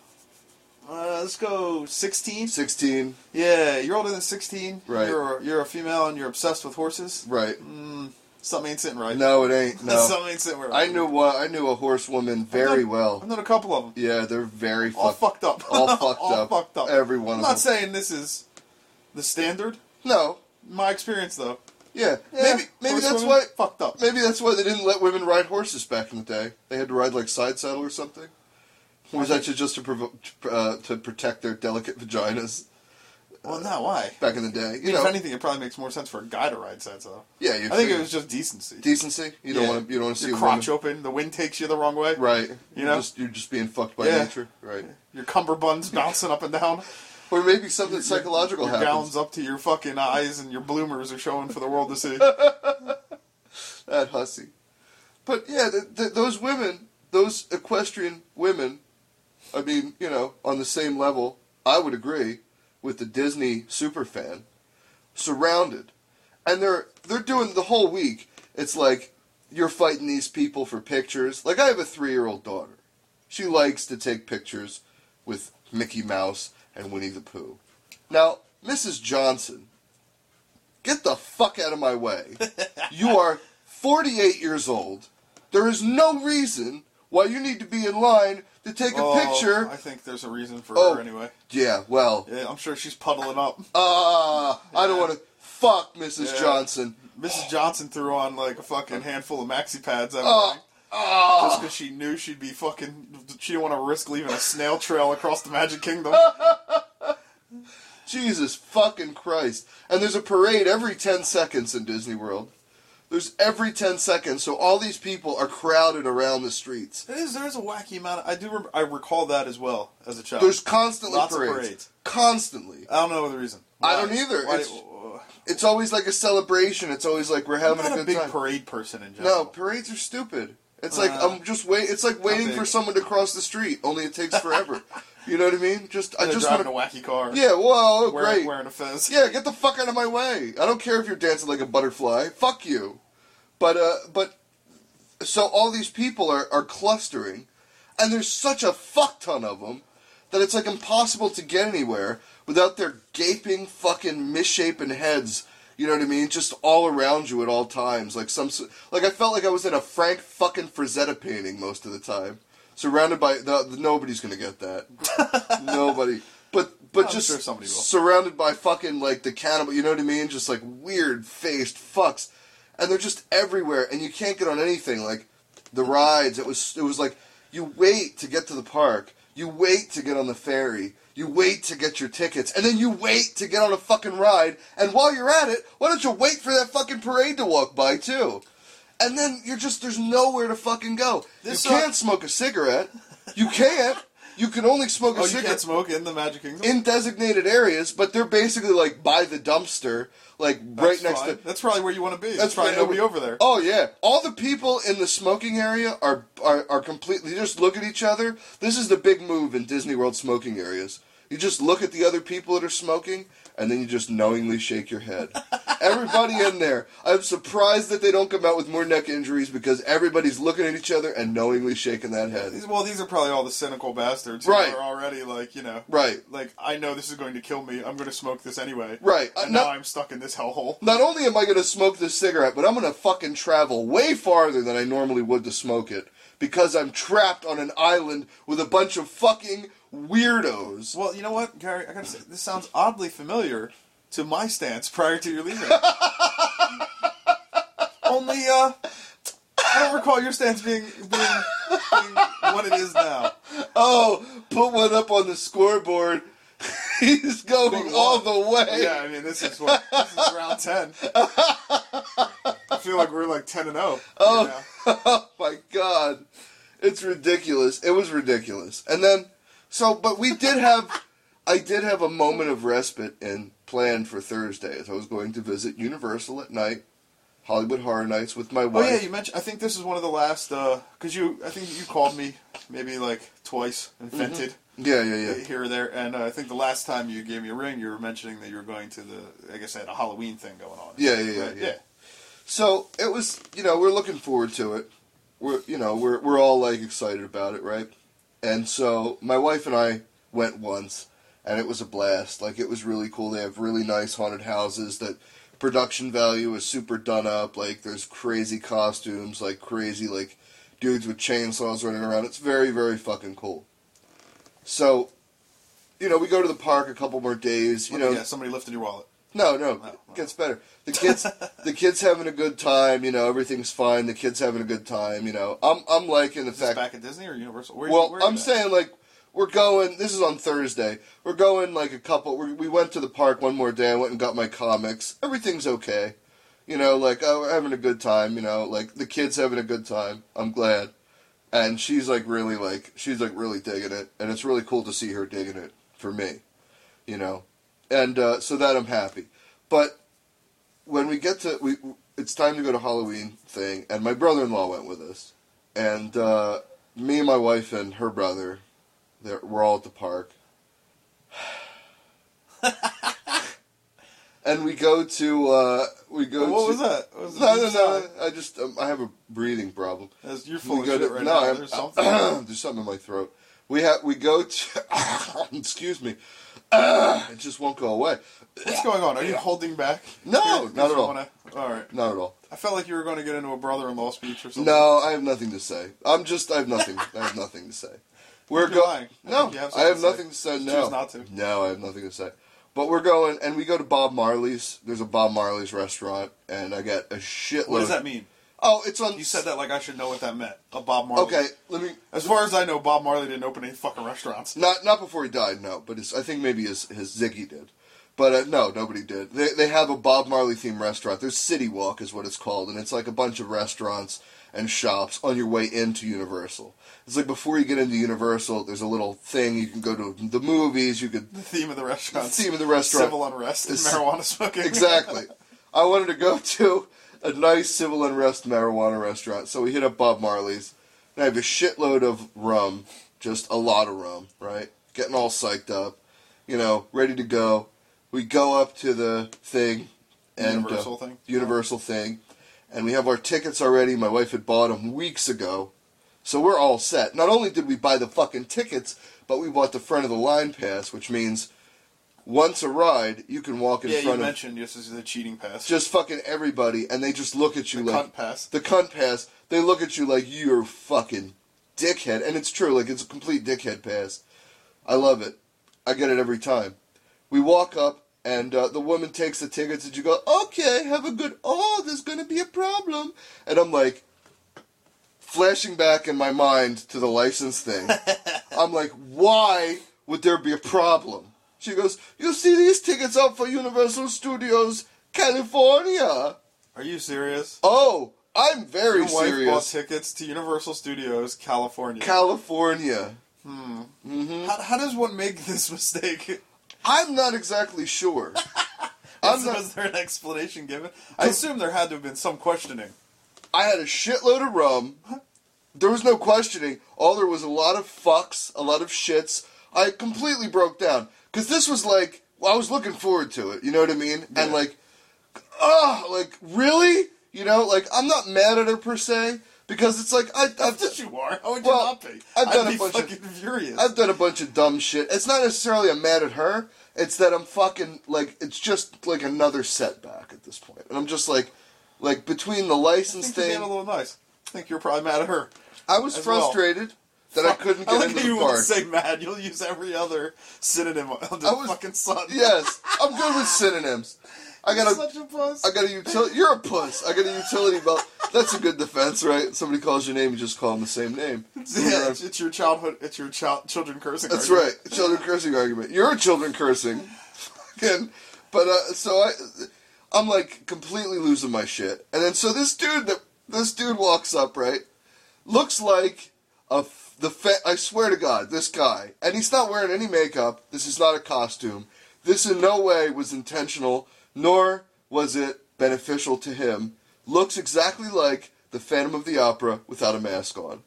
Speaker 2: uh, let's go sixteen.
Speaker 1: 16.
Speaker 2: Yeah, you're older than sixteen.
Speaker 1: Right.
Speaker 2: You're you're a female and you're obsessed with horses.
Speaker 1: Right.
Speaker 2: Mm, something ain't sitting right.
Speaker 1: No, it ain't. No.
Speaker 2: something ain't sitting right.
Speaker 1: I knew what I knew a horsewoman very
Speaker 2: I've
Speaker 1: well.
Speaker 2: known a couple of them.
Speaker 1: Yeah, they're very
Speaker 2: All
Speaker 1: fucked.
Speaker 2: fucked up.
Speaker 1: All fucked up.
Speaker 2: fucked up.
Speaker 1: Every one
Speaker 2: I'm
Speaker 1: of
Speaker 2: not
Speaker 1: them.
Speaker 2: saying this is the standard.
Speaker 1: no.
Speaker 2: My experience, though.
Speaker 1: Yeah.
Speaker 2: Yeah,
Speaker 1: Maybe maybe
Speaker 2: horse
Speaker 1: that's
Speaker 2: women,
Speaker 1: why
Speaker 2: fucked up.
Speaker 1: maybe that's why they didn't let women ride horses back in the day. They had to ride like side saddle or something. Or was that ju- just to provo- to, uh, to protect their delicate vaginas
Speaker 2: Well, now why?
Speaker 1: back in the day?
Speaker 2: I
Speaker 1: You
Speaker 2: mean, if
Speaker 1: know,
Speaker 2: anything, it probably makes more sense for a guy to ride sides though.
Speaker 1: yeah. You
Speaker 2: I think it was just decency.
Speaker 1: decency. You
Speaker 2: Yeah.
Speaker 1: don't want to. You don't want to see
Speaker 2: Your
Speaker 1: a
Speaker 2: crotch
Speaker 1: woman.
Speaker 2: open, the wind takes you the wrong way.
Speaker 1: Right.
Speaker 2: You
Speaker 1: You're
Speaker 2: know?
Speaker 1: just, you're just being fucked by
Speaker 2: Yeah.
Speaker 1: nature. Right.
Speaker 2: Your cummerbunds bouncing up and down.
Speaker 1: Or maybe something psychological
Speaker 2: Your
Speaker 1: happens.
Speaker 2: gowns up to your fucking eyes, and your bloomers are showing for the world to see.
Speaker 1: That hussy. But yeah, th- th- those women, those equestrian women, I mean, you know, on the same level, I would agree with the Disney superfan, surrounded, and they're they're doing the whole week. It's like you're fighting these people for pictures. Like I have a three year old daughter. She likes to take pictures with Mickey Mouse and Winnie the Pooh. Now, Mrs. Johnson, get the fuck out of my way. You are 48 years old. There is no reason why you need to be in line to take a
Speaker 2: Oh,
Speaker 1: picture.
Speaker 2: I think there's a reason for
Speaker 1: Oh.
Speaker 2: her anyway.
Speaker 1: Yeah, well,
Speaker 2: Yeah, I'm sure she's puddling up.
Speaker 1: ah, I don't want to. Fuck Mrs.
Speaker 2: Yeah.
Speaker 1: Johnson.
Speaker 2: Mrs. Johnson threw on like a fucking handful of maxi pads that
Speaker 1: Oh,
Speaker 2: morning
Speaker 1: uh.
Speaker 2: just because she knew she'd be fucking. She didn't want to risk leaving a snail trail across the Magic Kingdom.
Speaker 1: Uh, Jesus fucking Christ. And there's a parade every 10 seconds in Disney World. There's every 10 seconds, so all these people are crowded around the streets.
Speaker 2: There is, there is a wacky amount. Of, I do. Rem- I recall that as well as a child.
Speaker 1: There's constantly
Speaker 2: Lots of
Speaker 1: parades.
Speaker 2: parades.
Speaker 1: Constantly.
Speaker 2: I don't know the reason.
Speaker 1: I don't either. It's-
Speaker 2: uh,
Speaker 1: It's always like a celebration. It's always like we're
Speaker 2: I'm
Speaker 1: having
Speaker 2: not
Speaker 1: a
Speaker 2: a
Speaker 1: good
Speaker 2: big
Speaker 1: time.
Speaker 2: parade person in
Speaker 1: No,
Speaker 2: general.
Speaker 1: parades are stupid. It's like
Speaker 2: Uh,
Speaker 1: I'm just wait. It's like waiting
Speaker 2: big.
Speaker 1: for someone to cross the street. Only it takes forever. you know what I mean? Just I
Speaker 2: They're
Speaker 1: just want
Speaker 2: driving
Speaker 1: to.
Speaker 2: a wacky car.
Speaker 1: Yeah. Whoa.
Speaker 2: wearing,
Speaker 1: great.
Speaker 2: wearing a fez.
Speaker 1: Yeah. Get the fuck out of my way. I don't care if you're dancing like a butterfly. Fuck you. But uh, but so all these people are are clustering, and there's such a fuck ton of them that it's like impossible to get anywhere without their gaping fucking misshapen heads. You know what I mean? Just all around you at all times, like some s- like I felt like I was in a Frank fucking Frazetta painting most of the time, surrounded by the, the- nobody's gonna get that. Nobody. But but
Speaker 2: I'm
Speaker 1: just
Speaker 2: sure somebody will.
Speaker 1: surrounded by fucking like the cannibal. You know what I mean? Just like weird faced fucks, and they're just everywhere, and you can't get on anything. Like the rides. It was it was like you wait to get to the park, you wait to get on the ferry, you wait to get your tickets, and then you wait to get on a fucking ride. And while you're at it, why don't you wait for that fucking parade to walk by too? And then you're just there's nowhere to fucking go.
Speaker 2: This uh,
Speaker 1: you
Speaker 2: suck-
Speaker 1: can't smoke a cigarette. You can't. You can only smoke a
Speaker 2: Oh, you
Speaker 1: cigarette
Speaker 2: can't smoke in the Magic Kingdom.
Speaker 1: in designated areas, but they're basically like by the dumpster, like right
Speaker 2: That's
Speaker 1: next
Speaker 2: fine.
Speaker 1: to
Speaker 2: That's probably where you want to be.
Speaker 1: That's
Speaker 2: That's probably
Speaker 1: right.
Speaker 2: nobody over there.
Speaker 1: Oh yeah, all the people in the smoking area are are, are completely they just look at each other. This is the big move in Disney World smoking areas. You just look at the other people that are smoking, and then you just knowingly shake your head. Everybody in there, I'm surprised that they don't come out with more neck injuries because everybody's looking at each other and knowingly shaking that head.
Speaker 2: These- well, these are probably all the cynical bastards
Speaker 1: Right.
Speaker 2: who are already like you know,
Speaker 1: Right,
Speaker 2: like I know this is going to kill me. I'm going to smoke this anyway.
Speaker 1: right. Uh,
Speaker 2: And
Speaker 1: Not-
Speaker 2: now I'm stuck in this hellhole.
Speaker 1: not only am I going to smoke this cigarette, but I'm going to fucking travel way farther than I normally would to smoke it because I'm trapped on an island with a bunch of fucking weirdos.
Speaker 2: Well, you know what, Gary? I gotta say, this sounds oddly familiar to my stance prior to your leaving. Only, uh, I don't recall your stance being, being, being what it is now.
Speaker 1: Oh, put one up on the scoreboard. He's going
Speaker 2: Going
Speaker 1: all
Speaker 2: on.
Speaker 1: the way.
Speaker 2: Yeah, I mean, this is what this is round ten. I feel like we're like ten and zero. Oh,
Speaker 1: oh my god. It's ridiculous. It was ridiculous. And then so but we did have I did have a moment of respite and planned for Thursday as I was going to visit Universal at night Hollywood Horror Nights with my
Speaker 2: Oh
Speaker 1: wife.
Speaker 2: yeah, you mentioned. I think this is one of the last because you. I think you called me maybe like twice and vented
Speaker 1: yeah, yeah, yeah.
Speaker 2: here or there, and uh, I think the last time you gave me a ring, you were mentioning that you were going to the. I guess they had a Halloween thing going on.
Speaker 1: Yeah, yeah, yeah,
Speaker 2: Right?
Speaker 1: yeah. So it was, you know, we're looking forward to it. We're, you know, we're we're all like excited about it, right? And so my wife and I went once, and it was a blast. Like it was really cool. They have really nice haunted houses that production value is super done up. Like there's crazy costumes, like crazy like dudes with chainsaws running around. It's very very fucking cool. So, you know, we go to the park a couple more days. You
Speaker 2: Let
Speaker 1: know,
Speaker 2: me guess, somebody lifted your wallet.
Speaker 1: no, no,
Speaker 2: Oh,
Speaker 1: it gets better. The kids, the kids having a good time. You know, everything's fine. The kids having a good time. You know, I'm, I'm liking the
Speaker 2: Is this
Speaker 1: fact.
Speaker 2: back at Disney or Universal? Where,
Speaker 1: well,
Speaker 2: where
Speaker 1: I'm
Speaker 2: at?
Speaker 1: saying like we're going. This is on Thursday. We're going like a couple. we we went to the park one more day. I went and got my comics. Everything's okay. You know, like oh, we're having a good time. You know, like the kids having a good time. I'm glad. And she's like really like she's like really digging it, and it's really cool to see her digging it for me. You know, and uh, so that I'm happy. But when we get to we, it's time to go to Halloween thing, and my brother-in-law went with us, and uh, me and my wife and her brother, they're- we're all at the park, and we go to uh, we go.
Speaker 2: What
Speaker 1: to,
Speaker 2: was that? What was
Speaker 1: No, no,
Speaker 2: that?
Speaker 1: no. I just um, I have a breathing problem.
Speaker 2: That's- You're
Speaker 1: We
Speaker 2: full of
Speaker 1: go
Speaker 2: shit
Speaker 1: to
Speaker 2: right
Speaker 1: no,
Speaker 2: now.
Speaker 1: I'm-
Speaker 2: There's something.
Speaker 1: there's something in my throat. We have we go to. excuse me. it just won't go away.
Speaker 2: What's going on? Are you holding back?
Speaker 1: No, not
Speaker 2: Here, if
Speaker 1: at
Speaker 2: you
Speaker 1: all.
Speaker 2: wanna- all right.
Speaker 1: Not at all.
Speaker 2: I felt like you were going to get into a brother-in-law speech or something.
Speaker 1: No, I have nothing to say. I'm just I have nothing. I have nothing to say. We're
Speaker 2: You're
Speaker 1: going.
Speaker 2: lying. I
Speaker 1: No,
Speaker 2: think you have
Speaker 1: I have
Speaker 2: something to
Speaker 1: nothing to say.
Speaker 2: Just
Speaker 1: No,
Speaker 2: choose not to.
Speaker 1: No, I have nothing to say. But we're going, and we go to Bob Marley's. There's a Bob Marley's restaurant, and I got a shitload.
Speaker 2: What does that mean?
Speaker 1: Oh, it's on.
Speaker 2: You said that like I should know what that meant. A Bob Marley.
Speaker 1: Okay, let me.
Speaker 2: As far as I know, Bob Marley didn't open any fucking restaurants.
Speaker 1: Not not before he died, no. But it's, I think maybe his his Ziggy did. But uh, no, nobody did. They they have a Bob Marley themed restaurant. There's City Walk is what it's called, and it's like a bunch of restaurants and shops on your way into Universal. It's like before you get into Universal, there's a little thing you can go to the movies. You could
Speaker 2: The theme of the
Speaker 1: the
Speaker 2: restaurant.
Speaker 1: theme of the restaurant
Speaker 2: Civil unrest and
Speaker 1: It's-
Speaker 2: marijuana smoking.
Speaker 1: exactly. I wanted to go to a nice civil unrest marijuana restaurant, so we hit up Bob Marley's, and I have a shitload of rum, just a lot of rum, right? Getting all psyched up, you know, ready to go. We go up to the thing, and uh,
Speaker 2: Universal thing?
Speaker 1: Universal thing, and we have our tickets already. My wife had bought them weeks ago, so we're all set. Not only did we buy the fucking tickets, but we bought the front of the line pass, which means once a ride, you can walk in
Speaker 2: yeah, you
Speaker 1: front of
Speaker 2: mentioned this is the cheating pass.
Speaker 1: just fucking everybody, and they just look at
Speaker 2: the
Speaker 1: you like
Speaker 2: cunt pass.
Speaker 1: the cunt pass. They look at you like you're fucking dickhead, and it's true. Like it's a complete dickhead pass. I love it. I get it every time. We walk up, and uh, the woman takes the tickets, and you go, "Okay, have a good." Oh, there's gonna be a problem, and I'm like, flashing back in my mind to the license thing. I'm like, why would there be a problem? She goes, "You see these tickets up for Universal Studios California."
Speaker 2: Are you serious?
Speaker 1: Oh, I'm very
Speaker 2: Your wife bought
Speaker 1: serious.
Speaker 2: tickets to Universal Studios, California.
Speaker 1: California.
Speaker 2: how, how does one make this mistake?
Speaker 1: I'm not exactly sure. I'm
Speaker 2: Was,
Speaker 1: not-
Speaker 2: was there an explanation given? I assume there had to have been some questioning.
Speaker 1: I had a shitload of rum. There was no questioning. All there was a lot of fucks, a lot of shits. I completely broke down because this was like well, I was looking forward to it. You know what I mean? And
Speaker 2: Yeah.
Speaker 1: like, oh, like really? You know, like I'm not mad at her per se because it's like I,
Speaker 2: I
Speaker 1: I've
Speaker 2: bet you are. How would
Speaker 1: Well,
Speaker 2: you not be?
Speaker 1: I've done
Speaker 2: would
Speaker 1: a
Speaker 2: be
Speaker 1: bunch of-
Speaker 2: fucking furious.
Speaker 1: I've done a bunch of dumb shit. It's not necessarily I'm mad at her. It's that I'm fucking like it's just like another setback at this point, and I'm just like, like between the license
Speaker 2: think you're being a
Speaker 1: thing,
Speaker 2: little nice. I think you're probably mad at her.
Speaker 1: I was
Speaker 2: as well.
Speaker 1: frustrated that I couldn't
Speaker 2: I
Speaker 1: get
Speaker 2: like
Speaker 1: into
Speaker 2: how
Speaker 1: the
Speaker 2: you
Speaker 1: park.
Speaker 2: wouldn't say mad. You'll use every other synonym under
Speaker 1: I
Speaker 2: the
Speaker 1: was-
Speaker 2: fucking sun.
Speaker 1: yes, I'm good with synonyms. I
Speaker 2: You're
Speaker 1: got a,
Speaker 2: such a puss.
Speaker 1: I got a utility. You're a puss. I got a utility belt. That's a good defense, right? Somebody calls your name, you just call them the same name.
Speaker 2: yeah, it's, it's your childhood. It's your child, children cursing.
Speaker 1: That's
Speaker 2: argument.
Speaker 1: right. Children cursing argument. You're a children cursing. Fucking. But uh, so I, I'm like completely losing my shit. And then so this dude that this dude walks up right, looks like a f- the fa- I swear to God, this guy, and he's not wearing any makeup. This is not a costume. This in no way was intentional, nor was it beneficial to him looks exactly like the Phantom of the Opera without a mask on.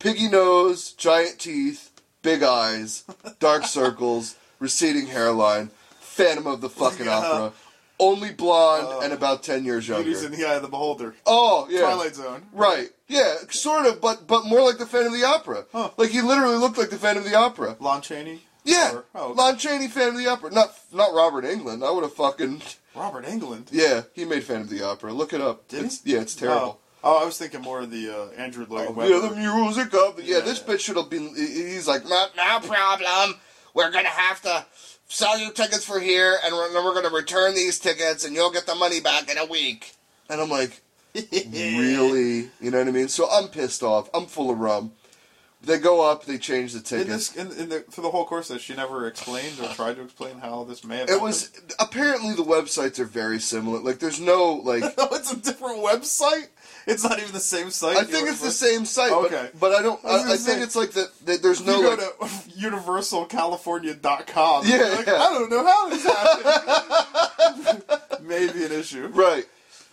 Speaker 1: Piggy nose, giant teeth, big eyes, dark circles, receding hairline, Phantom of the fucking
Speaker 2: Yeah.
Speaker 1: Opera. Only blonde and about 10 years
Speaker 2: Beauty's in
Speaker 1: younger.
Speaker 2: the eye of the beholder.
Speaker 1: Oh, yeah.
Speaker 2: Twilight Zone.
Speaker 1: Right. Yeah, sort of, but but more like the Phantom of the Opera.
Speaker 2: Huh.
Speaker 1: Like he literally looked like the Phantom of the Opera.
Speaker 2: Lon Chaney.
Speaker 1: Yeah,
Speaker 2: Or- oh,
Speaker 1: Lon Chaney, Phantom of the Opera. Not not Robert England. I would have fucking
Speaker 2: Robert England.
Speaker 1: yeah. He made Phantom of the Opera. Look it up.
Speaker 2: Did he?
Speaker 1: It's- Yeah, it's terrible. Oh,
Speaker 2: Oh. Oh, I was thinking more of the uh, Andrew Lloyd Webber.
Speaker 1: Yeah, the music up. Yeah,
Speaker 2: Yeah.
Speaker 1: this bitch should have been. he- He's like, no, no problem. We're gonna have to sell your tickets for here, and we're, we're gonna return these tickets, and you'll get the money back in a week. And I'm like, really? You know what I mean? So I'm pissed off. I'm full of rum. They go up. They change the
Speaker 2: In
Speaker 1: tickets.
Speaker 2: this, in, in the, for the whole course, that she never explained or tried to explain how this may have.
Speaker 1: It was apparently the websites are very similar. Like, there's no like.
Speaker 2: happened. no, it's a different website. It's not even the same site.
Speaker 1: I think it's the same site,
Speaker 2: Okay.
Speaker 1: but, but I don't.
Speaker 2: I was
Speaker 1: I, I
Speaker 2: gonna
Speaker 1: think
Speaker 2: say-
Speaker 1: it's like that. that there's
Speaker 2: You
Speaker 1: no.
Speaker 2: go
Speaker 1: like-
Speaker 2: to universalcalifornia.com.
Speaker 1: Yeah,
Speaker 2: Like,
Speaker 1: yeah.
Speaker 2: I don't know how this happened. Maybe an issue.
Speaker 1: Right.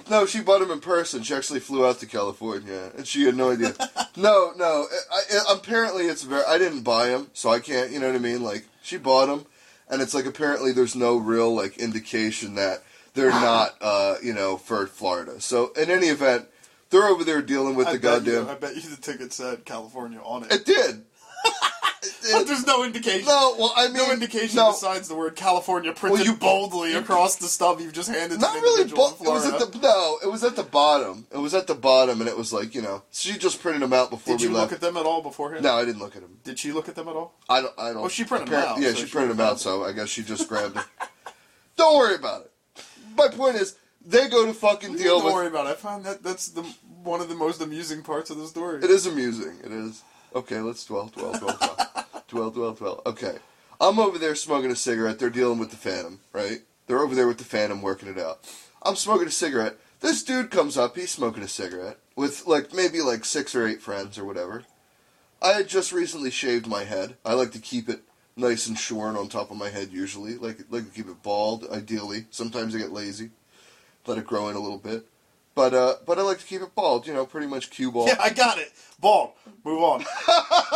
Speaker 1: No, she bought him in person. She actually flew out to California, and she had no idea. no, no. I, I, apparently, it's very. I didn't buy him, so I can't. You know what I mean? Like she bought him, and it's like apparently there's no real like indication that they're not, uh, you know, for Florida. So in any event, they're over there dealing with
Speaker 2: I
Speaker 1: the
Speaker 2: bet you-
Speaker 1: goddamn.
Speaker 2: I bet you the ticket said California on it.
Speaker 1: It did. It did.
Speaker 2: but there's no indication.
Speaker 1: No, well, I mean,
Speaker 2: no indication
Speaker 1: no,
Speaker 2: besides the word California printed
Speaker 1: you-
Speaker 2: boldly across the stub you've just handed
Speaker 1: Not
Speaker 2: to an
Speaker 1: really.
Speaker 2: individual
Speaker 1: Bo-
Speaker 2: in
Speaker 1: it was at
Speaker 2: Florida.
Speaker 1: the no. It was at the bottom. It was at the bottom, and it was like you know, she just printed them out before
Speaker 2: Did
Speaker 1: we
Speaker 2: you
Speaker 1: left.
Speaker 2: look at them at all beforehand?
Speaker 1: No, I didn't look at him.
Speaker 2: Did she look at them at all?
Speaker 1: I don't. I don't.
Speaker 2: Well, she printed 'em
Speaker 1: apparent-
Speaker 2: out,
Speaker 1: Yeah,
Speaker 2: so
Speaker 1: she
Speaker 2: she
Speaker 1: printed them
Speaker 2: printed
Speaker 1: out, so I guess she just grabbed them. don't worry about it. My point is, they go to fucking
Speaker 2: You
Speaker 1: deal
Speaker 2: don't
Speaker 1: with.
Speaker 2: worry about it. I find that that's the one of the most amusing parts of the story.
Speaker 1: It is amusing. It is. Okay, let's dwell, dwell, dwell, dwell, dwell, dwell, dwell. Okay, I'm over there smoking a cigarette. They're dealing with the Phantom, right? They're over there with the Phantom, working it out. I'm smoking a cigarette. This dude comes up. He's smoking a cigarette with like maybe like six or eight friends or whatever. I had just recently shaved my head. I like to keep it nice and shorn on top of my head usually. Like like to keep it bald ideally. Sometimes I get lazy, let it grow in a little bit. But uh, but I like to keep it bald. You know, pretty much cue ball.
Speaker 2: Yeah, I got it. Bald. Move on.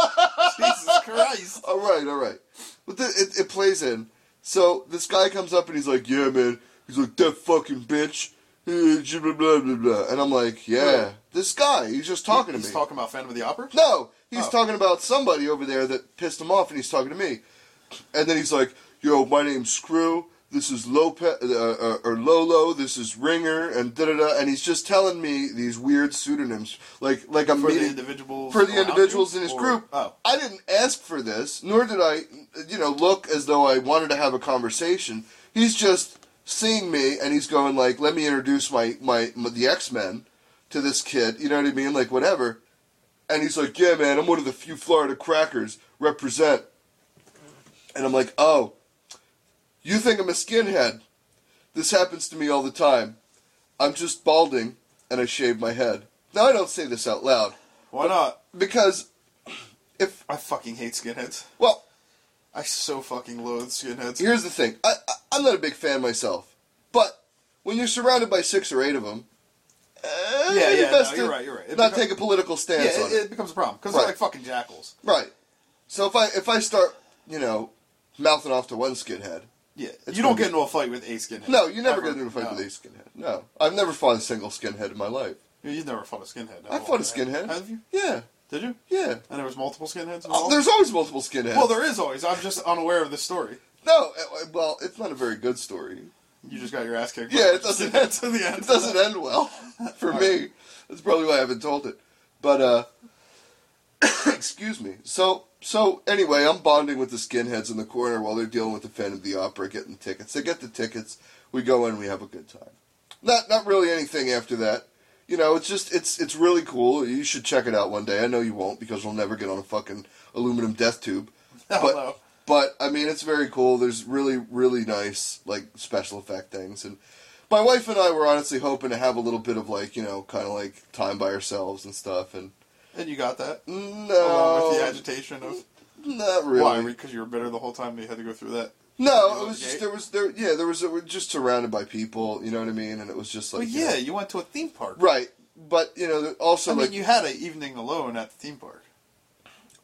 Speaker 2: Jesus Christ.
Speaker 1: All right, all right. But the, it, it plays in. So this guy comes up and he's like, "Yeah, man." He's like, "That fucking bitch." eh, Blah blah blah blah. And I'm like, "Yeah,
Speaker 2: Really?
Speaker 1: this guy. He's just talking
Speaker 2: He's
Speaker 1: to me."
Speaker 2: talking about Phantom of the Opera?
Speaker 1: no, he's
Speaker 2: Oh.
Speaker 1: talking about somebody over there that pissed him off, and he's talking to me. And then he's like, "Yo, my name's Screw. This is Lopez uh, uh, or Lolo. This is Ringer, and da da da." And he's just telling me these weird pseudonyms, like like I'm
Speaker 2: For the
Speaker 1: meeting
Speaker 2: individuals.
Speaker 1: for the
Speaker 2: around
Speaker 1: individuals
Speaker 2: you?
Speaker 1: in his
Speaker 2: Or-
Speaker 1: group.
Speaker 2: Oh.
Speaker 1: I didn't ask for this, nor did I, you know, look as though I wanted to have a conversation. He's just seeing me, and he's going like, "Let me introduce my my, my the X Men to this kid." You know what I mean? Like whatever. And he's like, "Yeah, man, I'm one of the few Florida crackers. Represent." And I'm like, "Oh, you think I'm a skinhead? This happens to me all the time. I'm just balding, and I shave my head." Now I don't say this out loud
Speaker 2: Why not?
Speaker 1: because if
Speaker 2: I fucking hate skinheads.
Speaker 1: well
Speaker 2: I so fucking loathe skinheads.
Speaker 1: here's the thing I, I i'm not a big fan myself but when you're surrounded by six or eight of them uh,
Speaker 2: Yeah, yeah,
Speaker 1: best
Speaker 2: no, you're
Speaker 1: to
Speaker 2: right, you're right. It
Speaker 1: not
Speaker 2: becomes-
Speaker 1: take a political
Speaker 2: Yeah,
Speaker 1: stance
Speaker 2: it,
Speaker 1: on it,
Speaker 2: it becomes a problem. Because
Speaker 1: Right.
Speaker 2: they're like fucking jackals.
Speaker 1: right so if i if i start you know mouthing off to one skinhead
Speaker 2: Yeah.
Speaker 1: It's
Speaker 2: you
Speaker 1: gonna
Speaker 2: don't
Speaker 1: be-
Speaker 2: get into a fight with a skinhead.
Speaker 1: no you never get
Speaker 2: Ever.
Speaker 1: into a fight
Speaker 2: No.
Speaker 1: with a skinhead no i've never fought a single skinhead in my life
Speaker 2: You- You've never fought a skinhead.
Speaker 1: i
Speaker 2: have
Speaker 1: fought a
Speaker 2: you?
Speaker 1: skinhead
Speaker 2: Have you?
Speaker 1: yeah
Speaker 2: Did you?
Speaker 1: yeah
Speaker 2: And there was multiple skinheads
Speaker 1: Oh,
Speaker 2: involved?
Speaker 1: there's always multiple skinheads
Speaker 2: well, there is always. I'm just unaware of this story.
Speaker 1: no uh, well it's not a very good story
Speaker 2: You just got your ass kicked.
Speaker 1: Yeah, it doesn't-
Speaker 2: end to the end.
Speaker 1: it doesn't end well for me. That's probably why I haven't told it. But uh excuse me. So so anyway, I'm bonding with the skinheads in the corner while they're dealing with the fan of the opera getting tickets. They get the tickets, we go in, we have a good time. Not not really anything after that. You know, it's just it's it's really cool. You should check it out one day. I know you won't because we'll never get on a fucking aluminum death tube.
Speaker 2: Hell
Speaker 1: but-
Speaker 2: no.
Speaker 1: But I mean, it's very cool. There's really, really nice like special effect things, and my wife and I were honestly hoping to have a little bit of like you know kind of like time by ourselves and stuff. And
Speaker 2: And you got that.
Speaker 1: no,
Speaker 2: Along with the agitation of
Speaker 1: not
Speaker 2: Why?
Speaker 1: really.
Speaker 2: Because you were bitter the whole time and you had to go through that.
Speaker 1: No,
Speaker 2: You
Speaker 1: it was just
Speaker 2: okay?
Speaker 1: there was there yeah there was we're just surrounded by people. You know what I mean? And it was just like
Speaker 2: Well, yeah, you went to a theme park.
Speaker 1: right. But you know, there- also
Speaker 2: I mean,
Speaker 1: like
Speaker 2: you had an evening alone at the theme park.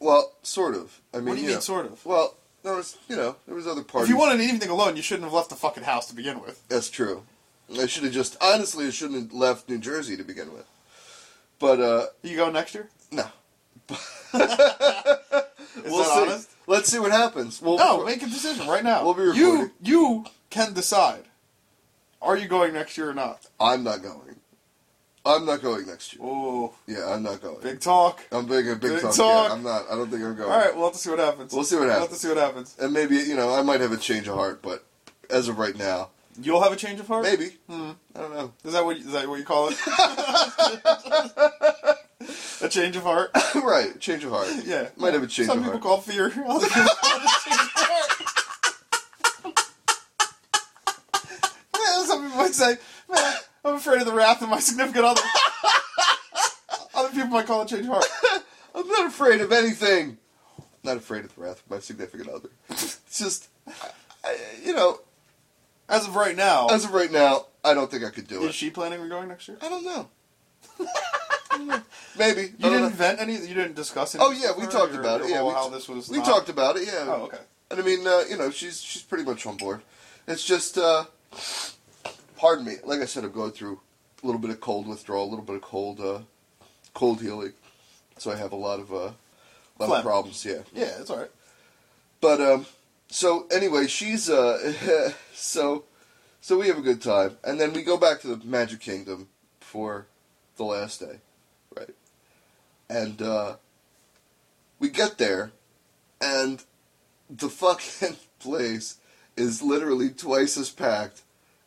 Speaker 1: well, sort of. I mean,
Speaker 2: What do you mean,
Speaker 1: know,
Speaker 2: sort of?
Speaker 1: Well, there was you know there was other parties.
Speaker 2: If you wanted an evening alone, you shouldn't have left the fucking house to begin with.
Speaker 1: That's true. I should have just honestly I shouldn't have left New Jersey to begin with. But uh
Speaker 2: You go next year?
Speaker 1: no.
Speaker 2: Is
Speaker 1: we'll
Speaker 2: that
Speaker 1: see.
Speaker 2: honest?
Speaker 1: Let's see what happens. We'll,
Speaker 2: No, make a decision right now.
Speaker 1: We'll be
Speaker 2: you
Speaker 1: recording.
Speaker 2: you can decide. Are you going next year or not?
Speaker 1: I'm not going. I'm not going next year.
Speaker 2: Oh,
Speaker 1: Yeah, I'm not going.
Speaker 2: big talk.
Speaker 1: I'm big a big,
Speaker 2: big
Speaker 1: talk.
Speaker 2: talk.
Speaker 1: Yeah, I'm not. I don't think I'm going.
Speaker 2: All right, we'll have to see what happens.
Speaker 1: We'll see what
Speaker 2: We'll have
Speaker 1: happens.
Speaker 2: to see what happens.
Speaker 1: And maybe you know I might have a change of heart, but as of right now,
Speaker 2: You'll have a change of heart.
Speaker 1: maybe
Speaker 2: Hmm.
Speaker 1: I don't know.
Speaker 2: Is that what is that what you call it? a change of heart.
Speaker 1: right, change of heart.
Speaker 2: Yeah,
Speaker 1: Might have a change
Speaker 2: Some
Speaker 1: of
Speaker 2: people
Speaker 1: heart.
Speaker 2: call fear. Other people call it a change of heart. Yeah, Some people might say, "Man, I'm afraid of the wrath of my significant other." Other people might call it change of heart.
Speaker 1: I'm not afraid of anything. Not afraid of the wrath of my significant other. It's just, I- I- you know,
Speaker 2: As of right now,
Speaker 1: as Uh, of right now, I don't think I could do
Speaker 2: is
Speaker 1: it.
Speaker 2: she planning on going next year?
Speaker 1: I don't know. I don't know. Maybe I
Speaker 2: You
Speaker 1: don't
Speaker 2: didn't
Speaker 1: know.
Speaker 2: vent any. You didn't discuss it.
Speaker 1: Oh yeah, we talked about it. Yeah, we,
Speaker 2: how this was.
Speaker 1: we
Speaker 2: not-
Speaker 1: talked about it. Yeah.
Speaker 2: Oh okay.
Speaker 1: And I mean, uh, you know, she's she's pretty much on board. It's just, uh, pardon me. Like I said, I'm going through a little bit of cold withdrawal, a little bit of cold, uh, cold healing. So I have a lot of, uh, lot
Speaker 2: Phlegm.
Speaker 1: of problems. Yeah.
Speaker 2: Yeah, it's all right.
Speaker 1: But um, so anyway, she's uh, so so we have a good time, and then we go back to the Magic Kingdom for the last day, right? And uh, we get there, and the fucking place is literally twice as packed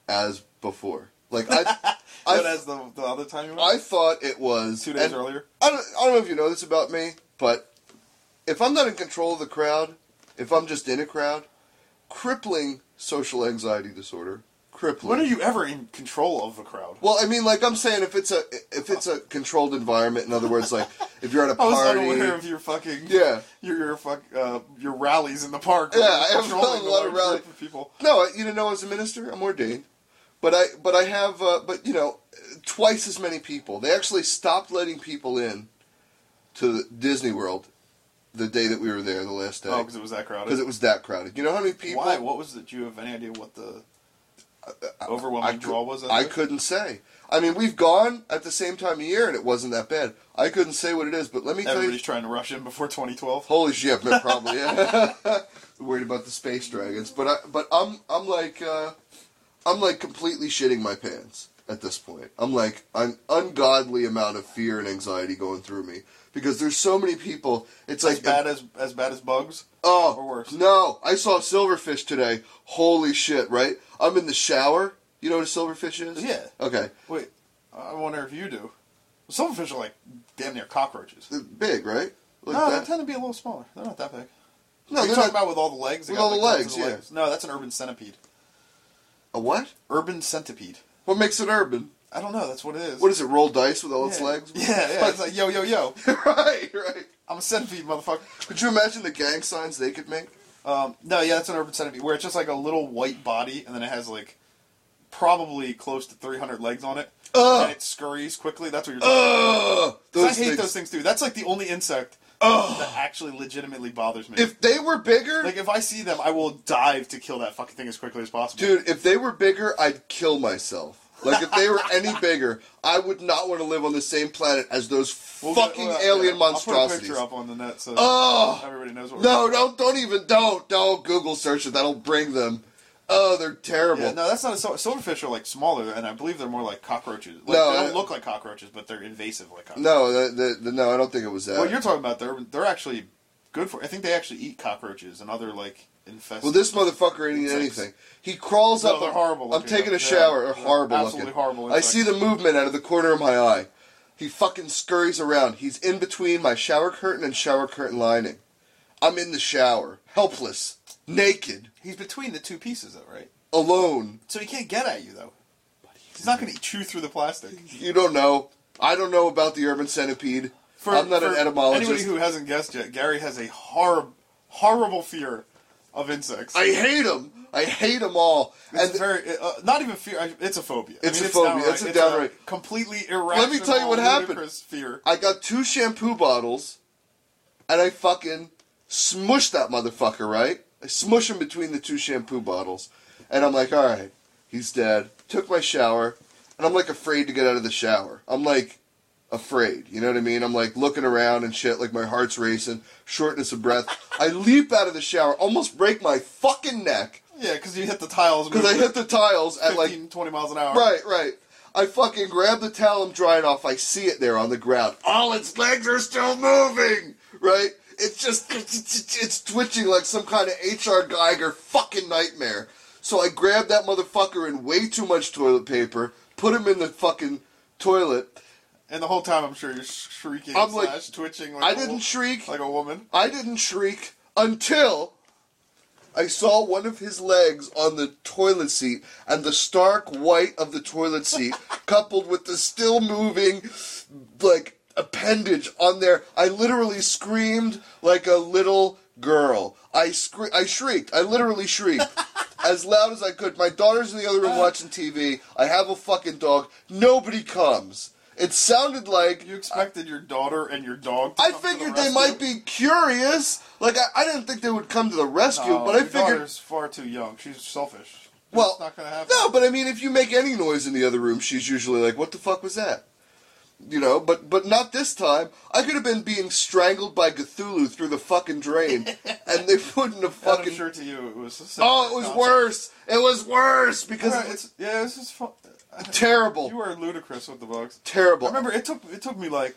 Speaker 1: as before. Like I,
Speaker 2: But
Speaker 1: I,
Speaker 2: as the, the other time you went,
Speaker 1: I thought it was
Speaker 2: two days
Speaker 1: and-
Speaker 2: earlier.
Speaker 1: I don't, I don't know if you know this about me, but if I'm not in control of the crowd, if I'm just in a crowd, crippling social anxiety disorder, crippling.
Speaker 2: When are you ever in control of a crowd?
Speaker 1: Well, I mean, like I'm saying, if it's a if it's a controlled environment, in other words, like if you're at a
Speaker 2: I was
Speaker 1: party,
Speaker 2: unaware of your fucking
Speaker 1: yeah.
Speaker 2: your your fuck uh, your rallies in the park.
Speaker 1: Yeah, I have
Speaker 2: Controlling
Speaker 1: a
Speaker 2: the
Speaker 1: lot of
Speaker 2: large
Speaker 1: rally-
Speaker 2: group of people.
Speaker 1: No, I- you didn't know I was a minister. I'm ordained, but I but I have uh, but you know twice as many people. They actually stopped letting people in to Disney World the day that we were there, the last day.
Speaker 2: Oh, because it was that crowded.
Speaker 1: because it was that crowded. You know how many people?
Speaker 2: Why? What was it? Do you have any idea what the overwhelming
Speaker 1: I cou-
Speaker 2: draw was? that
Speaker 1: I
Speaker 2: day?
Speaker 1: couldn't say. I mean, we've gone at the same time of year, and it wasn't that bad. I couldn't say what it is, but let me tell you.
Speaker 2: Everybody's trying to rush in before 2012.
Speaker 1: Holy shit, man, probably. Yeah. Worried about the space dragons, but I, but I'm I'm like uh, I'm like completely shitting my pants at this point. I'm like an ungodly amount of fear and anxiety going through me because there's so many people. It's
Speaker 2: As
Speaker 1: like
Speaker 2: bad as as bad as bugs.
Speaker 1: Oh,
Speaker 2: Or worse.
Speaker 1: No, I saw a silverfish today. Holy shit! Right, I'm in the shower. You know what a silverfish is?
Speaker 2: Yeah.
Speaker 1: Okay.
Speaker 2: Wait, I wonder if you do. Some fish are like damn near cockroaches.
Speaker 1: They're big, right? Like
Speaker 2: no,
Speaker 1: that.
Speaker 2: they tend to be a little smaller. They're not that big.
Speaker 1: no,
Speaker 2: Are you
Speaker 1: they're
Speaker 2: talking
Speaker 1: not-
Speaker 2: about with all the legs? They
Speaker 1: With
Speaker 2: got,
Speaker 1: all the legs,
Speaker 2: tons of
Speaker 1: yeah.
Speaker 2: No, that's an urban centipede.
Speaker 1: a what?
Speaker 2: Urban centipede.
Speaker 1: What makes it urban?
Speaker 2: I don't know. That's what it is.
Speaker 1: What is it? Roll dice with all its
Speaker 2: yeah.
Speaker 1: legs?
Speaker 2: Yeah, yeah. It's like yo, yo, yo.
Speaker 1: right, right.
Speaker 2: I'm a centipede, motherfucker.
Speaker 1: Could you imagine the gang signs they could make?
Speaker 2: Um, no, yeah, that's an urban centipede where it's just like a little white body, and then it has like probably close to 300 legs on it,
Speaker 1: Ugh.
Speaker 2: and it scurries quickly. That's what you're. Talking about.
Speaker 1: Ugh,
Speaker 2: 'Cause
Speaker 1: those
Speaker 2: I hate
Speaker 1: things.
Speaker 2: those things too. That's like the only insect that actually legitimately bothers me.
Speaker 1: If they were bigger,
Speaker 2: like if I see them, I will dive to kill that fucking thing as quickly as possible.
Speaker 1: dude, if they were bigger, I'd kill myself. Like if they were any bigger, I would not want to live on the same planet as those
Speaker 2: We'll get-
Speaker 1: fucking
Speaker 2: well, uh, yeah,
Speaker 1: alien
Speaker 2: I'll put a
Speaker 1: monstrosities.
Speaker 2: picture up on the net so
Speaker 1: Ugh.
Speaker 2: everybody knows what.
Speaker 1: No, don't, don't even, don't, don't Google search it. That'll bring them. Oh, they're terrible.
Speaker 2: We're yeah, no, that's not a sil- silverfish. Are like smaller, and I believe they're more like cockroaches. Like,
Speaker 1: No,
Speaker 2: they don't
Speaker 1: I-
Speaker 2: look like cockroaches, but they're invasive like cockroaches.
Speaker 1: No, the, the, the, no, I don't think it was that.
Speaker 2: Well, you're talking about they're they're actually good for. I think they actually eat cockroaches and other like infested.
Speaker 1: well, this motherfucker ain't eating
Speaker 2: Insects.
Speaker 1: anything. He crawls
Speaker 2: No,
Speaker 1: up.
Speaker 2: they're
Speaker 1: I'm-
Speaker 2: horrible
Speaker 1: I'm
Speaker 2: looking,
Speaker 1: taking
Speaker 2: yeah.
Speaker 1: a shower.
Speaker 2: They're
Speaker 1: They're horrible
Speaker 2: absolutely
Speaker 1: looking.
Speaker 2: horrible
Speaker 1: I see the
Speaker 2: insects.
Speaker 1: movement out of the corner of my eye. He fucking scurries around. He's in between my shower curtain and shower curtain lining. I'm in the shower, helpless, naked,
Speaker 2: he's between the two pieces though, right?
Speaker 1: alone.
Speaker 2: So he can't get at you though. He's not going to chew through the plastic.
Speaker 1: You don't know. I don't know about the urban centipede.
Speaker 2: For-
Speaker 1: I'm not an
Speaker 2: for
Speaker 1: etymologist.
Speaker 2: Anybody who hasn't guessed yet, Gary has a horrible, horrible fear of insects.
Speaker 1: I hate them. I hate them all.
Speaker 2: It's
Speaker 1: and
Speaker 2: very uh, not even fear. I- It's a phobia.
Speaker 1: It's a phobia. It's a downright-
Speaker 2: completely irrational.
Speaker 1: tell you what happened.
Speaker 2: ludicrous Fear.
Speaker 1: I got two shampoo bottles, and I fucking smushed that motherfucker. Right, I smush him between the two shampoo bottles, and I'm like, all right, he's dead. Took my shower, and I'm like afraid to get out of the shower. I'm like afraid. You know what I mean? I'm like looking around and shit. Like my heart's racing, shortness of breath. I leap out of the shower, almost break my fucking neck
Speaker 2: Yeah, because you hit the tiles.
Speaker 1: because I hit the tiles at like
Speaker 2: 15, 20 miles an hour.
Speaker 1: Right, right. I fucking grab the towel I'm drying off. I see it there on the ground. All its legs are still moving. Right? It's just it's twitching like some kind of HR Geiger fucking nightmare. So I grab that motherfucker in way too much toilet paper, put him in the fucking toilet.
Speaker 2: And the whole time, I'm sure you're sh- shrieking,
Speaker 1: I'm like-
Speaker 2: slash twitching. Like
Speaker 1: I
Speaker 2: a wo-
Speaker 1: didn't shriek.
Speaker 2: like a woman.
Speaker 1: I didn't shriek until I saw one of his legs on the toilet seat and the stark white of the toilet seat coupled with the still moving like appendage on there. I literally screamed like a little girl. I scre- I shrieked. I literally shrieked. As loud as I could. My daughter's in the other room watching TV. I have a fucking dog. Nobody comes. It sounded like
Speaker 2: You expected your daughter and your dog. To
Speaker 1: I
Speaker 2: come to the
Speaker 1: figured they
Speaker 2: rescue?
Speaker 1: might be curious. Like I, I didn't think they would come to the rescue,
Speaker 2: No,
Speaker 1: but I
Speaker 2: your
Speaker 1: figured
Speaker 2: daughter's far too young. She's selfish.
Speaker 1: well,
Speaker 2: it's not gonna happen.
Speaker 1: no. But I mean, if you make any noise in the other room, she's usually like, "What the fuck was that?" You know. But but not this time. I could have been being strangled by Cthulhu through the fucking drain, and they wouldn't have
Speaker 2: And
Speaker 1: fucking.
Speaker 2: I'm sure to you it was. a similar
Speaker 1: Oh, it was
Speaker 2: concept.
Speaker 1: worse. It was worse because
Speaker 2: Yeah,
Speaker 1: it was
Speaker 2: it's yeah, this is fun. You
Speaker 1: terrible,
Speaker 2: are ludicrous with the bugs.
Speaker 1: terrible.
Speaker 2: I remember it took it took me like,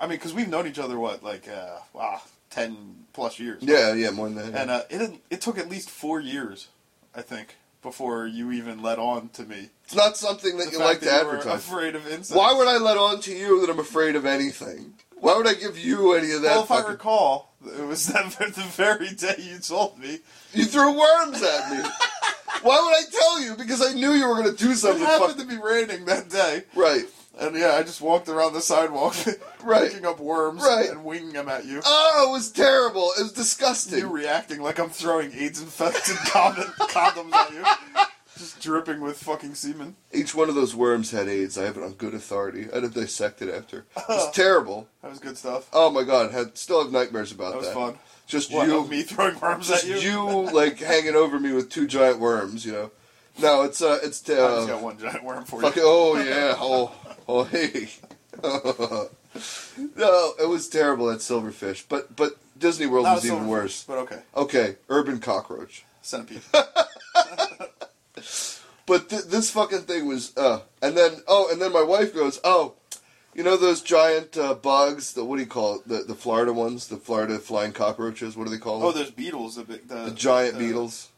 Speaker 2: I mean, because we've known each other what like uh, wow, ten plus years.
Speaker 1: Yeah, yeah, more than that.
Speaker 2: And uh, it didn't- it took at least four years, I think, before you even let on to me.
Speaker 1: it's not something that you
Speaker 2: fact
Speaker 1: like to
Speaker 2: were
Speaker 1: advertise.
Speaker 2: Afraid of insects.
Speaker 1: Why would I let on to you that I'm afraid of anything? Why would I give you any of that?
Speaker 2: Well, if I
Speaker 1: fucking-
Speaker 2: recall, it was that the very day you told me.
Speaker 1: You threw worms at me. Why would I tell you? Because I knew you were going to do
Speaker 2: It
Speaker 1: something.
Speaker 2: happened
Speaker 1: fuck-
Speaker 2: to be raining that day,
Speaker 1: Right.
Speaker 2: and yeah, I just walked around the sidewalk,
Speaker 1: Right.
Speaker 2: picking up worms
Speaker 1: Right.
Speaker 2: and winging them at you.
Speaker 1: Oh, it was terrible. It was disgusting.
Speaker 2: you reacting like I'm throwing AIDS-infected condom, condoms at you, just dripping with fucking semen.
Speaker 1: Each one of those worms had AIDS. I have it on good authority. I had it dissected after. It was terrible.
Speaker 2: That was good stuff.
Speaker 1: Oh my god. Had still have nightmares about that.
Speaker 2: That was fun.
Speaker 1: Just
Speaker 2: What,
Speaker 1: you,
Speaker 2: of me throwing worms
Speaker 1: just
Speaker 2: at
Speaker 1: you?
Speaker 2: you.
Speaker 1: like hanging over me with two giant worms. You know. No, it's uh, it's
Speaker 2: I
Speaker 1: uh,
Speaker 2: just got one giant worm for
Speaker 1: Fuck it.
Speaker 2: you.
Speaker 1: Oh yeah. Oh oh hey. no, it was terrible at Silverfish, but but Disney World
Speaker 2: Not
Speaker 1: was
Speaker 2: a
Speaker 1: even
Speaker 2: silverfish,
Speaker 1: worse.
Speaker 2: but okay.
Speaker 1: Okay, urban cockroach.
Speaker 2: Centipede.
Speaker 1: But th- this fucking thing was. Uh, and then oh, and then my wife goes, oh, you know those giant uh, bugs? The what do you call it? The the Florida ones, the Florida flying cockroaches. What do they call them?
Speaker 2: oh, there's beetles. The, big, the,
Speaker 1: the giant
Speaker 2: the-
Speaker 1: beetles.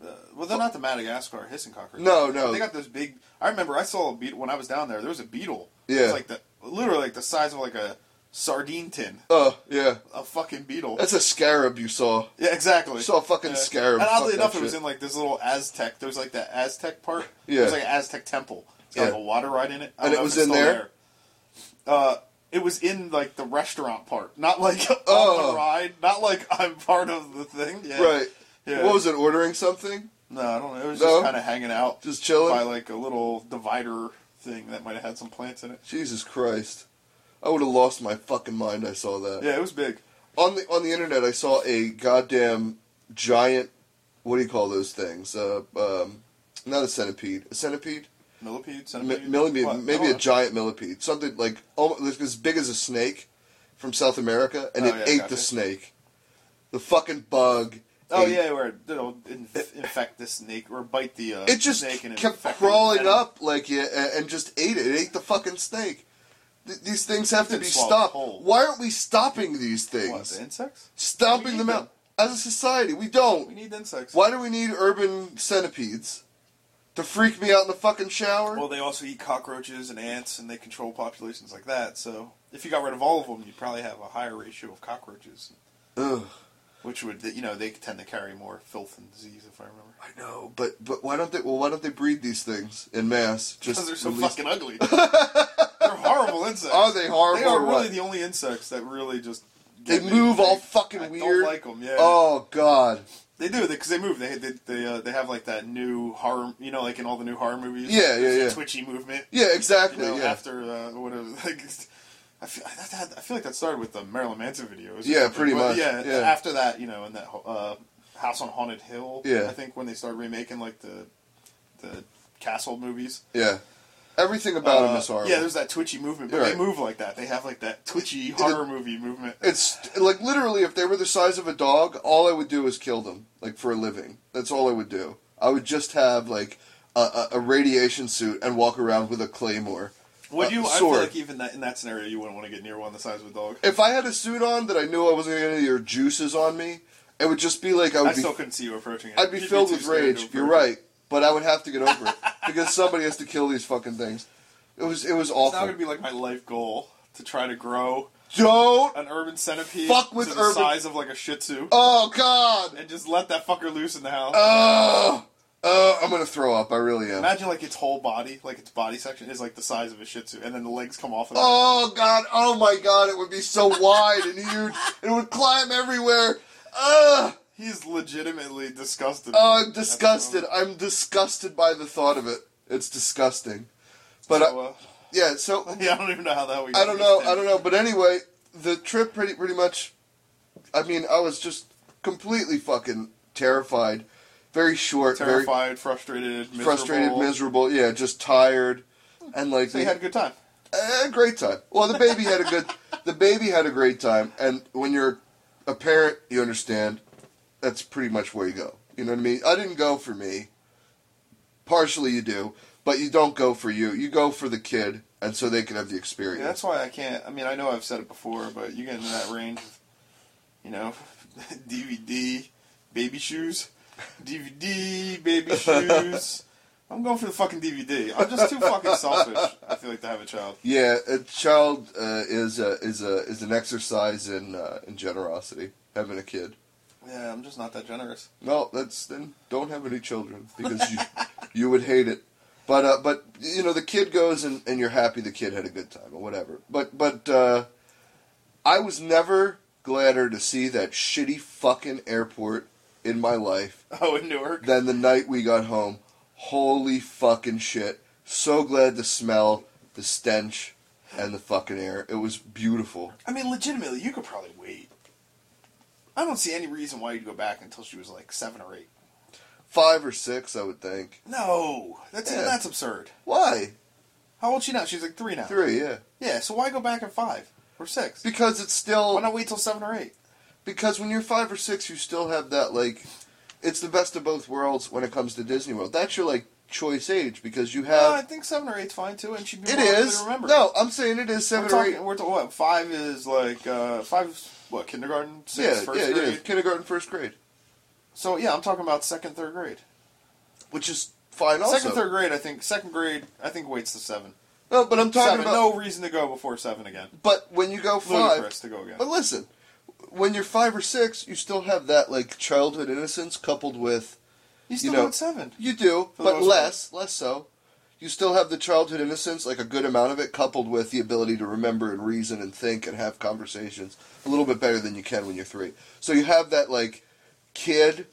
Speaker 2: the- well, they're not the Madagascar hissing cockroaches.
Speaker 1: No, no.
Speaker 2: They got those big. I remember I saw a beetle when I was down there. There was a beetle.
Speaker 1: Yeah.
Speaker 2: It's like the literally like the size of like a sardine tin.
Speaker 1: Oh yeah,
Speaker 2: A fucking beetle.
Speaker 1: that's a scarab you saw.
Speaker 2: Yeah, exactly.
Speaker 1: You saw a fucking
Speaker 2: Yeah.
Speaker 1: scarab.
Speaker 2: And oddly
Speaker 1: Fuck
Speaker 2: enough,
Speaker 1: that
Speaker 2: it was
Speaker 1: shit.
Speaker 2: in like this little Aztec. There was like that Aztec part.
Speaker 1: Yeah.
Speaker 2: It was like an Aztec temple. It's got
Speaker 1: Yeah.
Speaker 2: like a water ride in it. I
Speaker 1: And
Speaker 2: don't
Speaker 1: it
Speaker 2: know if
Speaker 1: was
Speaker 2: it's
Speaker 1: in
Speaker 2: still
Speaker 1: there?
Speaker 2: Uh, it was in like the restaurant part, not like on
Speaker 1: Oh.
Speaker 2: the ride, not like I'm part of the thing. Yeah.
Speaker 1: Right.
Speaker 2: Yeah.
Speaker 1: What was it? Ordering something?
Speaker 2: No, I don't know. It was
Speaker 1: No?
Speaker 2: just kind of hanging out
Speaker 1: Just chilling.
Speaker 2: by like a little divider thing that might have had some plants in it.
Speaker 1: Jesus Christ. I would have lost my fucking mind I saw that.
Speaker 2: Yeah, it was big.
Speaker 1: On the on the internet I saw a goddamn giant what do you call those things? Uh, um, not a centipede. A centipede?
Speaker 2: Millipede,
Speaker 1: M-
Speaker 2: centipede,
Speaker 1: millipede,
Speaker 2: What?
Speaker 1: maybe a
Speaker 2: Oh,
Speaker 1: giant millipede. Something like almost like as big as a snake from South America and
Speaker 2: Oh,
Speaker 1: it
Speaker 2: yeah,
Speaker 1: ate
Speaker 2: gotcha.
Speaker 1: the snake. The fucking bug.
Speaker 2: Oh
Speaker 1: ate-
Speaker 2: yeah, where it'll inf- infect the snake or bite the uh,
Speaker 1: It just
Speaker 2: snake and
Speaker 1: kept
Speaker 2: infect the
Speaker 1: crawling
Speaker 2: venom.
Speaker 1: up like yeah, a- and just ate it. It ate the fucking snake. Th- these things have to
Speaker 2: It
Speaker 1: be
Speaker 2: swallowed
Speaker 1: stopped.
Speaker 2: whole.
Speaker 1: Why aren't we stopping these
Speaker 2: What,
Speaker 1: things?
Speaker 2: the insects? We
Speaker 1: Stomping
Speaker 2: need
Speaker 1: them out
Speaker 2: them.
Speaker 1: as a society. We
Speaker 2: We
Speaker 1: don't.
Speaker 2: need insects.
Speaker 1: Why do we need urban centipedes to freak me out in the fucking shower?
Speaker 2: Well, they also eat cockroaches and ants, and they control populations like that. So, if you got rid of all of them, you'd probably have a higher ratio of cockroaches,
Speaker 1: Ugh,
Speaker 2: which would you know they tend to carry more filth and disease, if I remember.
Speaker 1: I know, but but why don't they? Well, why don't they breed these things in mass?
Speaker 2: Because
Speaker 1: Just
Speaker 2: they're so
Speaker 1: release-
Speaker 2: fucking ugly. they're horrible insects.
Speaker 1: Are they horrible
Speaker 2: They are
Speaker 1: or
Speaker 2: really
Speaker 1: what?
Speaker 2: the only insects that really just
Speaker 1: They move all fucking
Speaker 2: I
Speaker 1: weird.
Speaker 2: Don't like them. Yeah.
Speaker 1: Oh god.
Speaker 2: They do because they move. They they they, uh, they have like that new horror, you know, like in all the new horror movies.
Speaker 1: Yeah, yeah,
Speaker 2: there's the
Speaker 1: yeah.
Speaker 2: Twitchy movement.
Speaker 1: Yeah,
Speaker 2: You
Speaker 1: exactly.
Speaker 2: know,
Speaker 1: yeah.
Speaker 2: after uh, whatever. Like, I feel that, that, I feel like that started with the Marilyn Manson videos.
Speaker 1: Yeah, pretty
Speaker 2: But
Speaker 1: much,
Speaker 2: Yeah,
Speaker 1: yeah.
Speaker 2: After that, you know, and that uh, House on Haunted Hill.
Speaker 1: Yeah.
Speaker 2: I think when they started remaking like the the castle movies.
Speaker 1: yeah. Everything about
Speaker 2: Uh,
Speaker 1: him is horrible.
Speaker 2: Yeah, there's that twitchy movement, but
Speaker 1: You're
Speaker 2: they
Speaker 1: right.
Speaker 2: move like that. They have like that twitchy horror movie movement.
Speaker 1: It's like literally, if they were the size of a dog, all I would do is kill them, like for a living. That's all I would do. I would just have like a, a, a radiation suit and walk around with a claymore.
Speaker 2: Would
Speaker 1: uh,
Speaker 2: you? I feel
Speaker 1: sword.
Speaker 2: like even that in that scenario, you wouldn't want to get near one the size of a dog.
Speaker 1: If I had a suit on that I knew I wasn't going to get any of your juices on me, it would just be like I would
Speaker 2: I
Speaker 1: be
Speaker 2: still couldn't see you approaching it.
Speaker 1: I'd be
Speaker 2: You'd
Speaker 1: filled
Speaker 2: too
Speaker 1: with
Speaker 2: scared to
Speaker 1: rage. You're
Speaker 2: approach it.
Speaker 1: right, but I would have to get over it because somebody has to kill these fucking things. It was it was
Speaker 2: It's now
Speaker 1: awful.
Speaker 2: gonna be like my life goal to try to grow
Speaker 1: Don't.
Speaker 2: an urban centipede
Speaker 1: Fuck with
Speaker 2: to the
Speaker 1: urban-
Speaker 2: size of like a Shih Tzu,
Speaker 1: Oh God.
Speaker 2: and just let that fucker loose in the house.
Speaker 1: Oh. Oh, I'm gonna throw up. I really am.
Speaker 2: Imagine like its whole body, like its body section is like the size of a Shih Tzu, and then the legs come off of it.
Speaker 1: Oh God. Oh my God. It would be so wide and huge. It would climb everywhere. Ugh.
Speaker 2: He's legitimately disgusted.
Speaker 1: Oh, I'm disgusted. I'm disgusted by the thought of it. It's disgusting. But
Speaker 2: So,
Speaker 1: uh,
Speaker 2: uh,
Speaker 1: yeah, so
Speaker 2: yeah, I don't even know how that. We
Speaker 1: I don't know. I don't know. But anyway, the trip pretty pretty much. I mean, I was just completely fucking terrified. Very short,
Speaker 2: Terrified, frustrated,
Speaker 1: very
Speaker 2: miserable.
Speaker 1: frustrated, miserable. Yeah, just tired, and like
Speaker 2: So you
Speaker 1: the-
Speaker 2: had a good time.
Speaker 1: eh, a great time. Well, the baby had a good. The baby had a great time, and when you're a parent, you understand. That's pretty much where you go. You know what I mean? I didn't go for me. Partially, you do, but you don't go for you. You go for the kid, and so they can have the experience.
Speaker 2: Yeah, that's why I can't. I mean, I know I've said it before, but you get into that range of, you know, DVD, baby shoes, DVD, baby shoes. I'm going for the fucking DVD. I'm just too fucking selfish. I feel like to have a child.
Speaker 1: Yeah, a child uh, is a, is a is an exercise in uh, in generosity. Having a kid.
Speaker 2: Yeah, I'm just not that generous.
Speaker 1: No, that's then don't have any children because you you would hate it. But uh, but you know the kid goes and, and you're happy the kid had a good time or whatever. But but uh, I was never gladder to see that shitty fucking airport in my life
Speaker 2: Oh, in Newark.
Speaker 1: than the night we got home. Holy fucking shit! So glad to smell the stench and the fucking air. It was beautiful.
Speaker 2: I mean, legitimately, you could probably wait. I don't see any reason why you'd go back until she was like seven or eight.
Speaker 1: Five or six, I would think.
Speaker 2: No, that's
Speaker 1: Yeah.
Speaker 2: that's absurd.
Speaker 1: Why?
Speaker 2: How old is she now? She's like three now.
Speaker 1: Three, yeah.
Speaker 2: Yeah, so why go back at five or six?
Speaker 1: Because it's
Speaker 2: Why
Speaker 1: still
Speaker 2: not wait till seven or eight?
Speaker 1: because when you're five or six, you still have that like, it's the best of both worlds when it comes to Disney World. That's your like choice age because you
Speaker 2: No, I
Speaker 1: have
Speaker 2: think seven or eight's fine too, and she'd be
Speaker 1: Uh, it
Speaker 2: more likely
Speaker 1: is
Speaker 2: to remember.
Speaker 1: no. I'm saying it is
Speaker 2: we're
Speaker 1: seven or
Speaker 2: talking.
Speaker 1: eight.
Speaker 2: We're talking what? Five is like uh, five. is What kindergarten? Six,
Speaker 1: Yeah,
Speaker 2: first
Speaker 1: yeah,
Speaker 2: grade.
Speaker 1: yeah. Kindergarten, first grade,
Speaker 2: So yeah, I'm talking about second, third grade.
Speaker 1: which is fine. Also,
Speaker 2: second, third grade. I think second grade. I think waits to seven.
Speaker 1: no, but I'm talking
Speaker 2: seven.
Speaker 1: about
Speaker 2: no reason to go before seven again.
Speaker 1: But when you go five,
Speaker 2: Ludicrous to go again.
Speaker 1: But listen, when you're five or six, you still have that like childhood innocence coupled with
Speaker 2: You still
Speaker 1: know-
Speaker 2: go at seven.
Speaker 1: you do,
Speaker 2: For the
Speaker 1: but
Speaker 2: most
Speaker 1: less, less so. You still have the childhood innocence, like a good amount of it, coupled with the ability to remember and reason and think and have conversations a little bit better than you can when you're three. So you have that like kid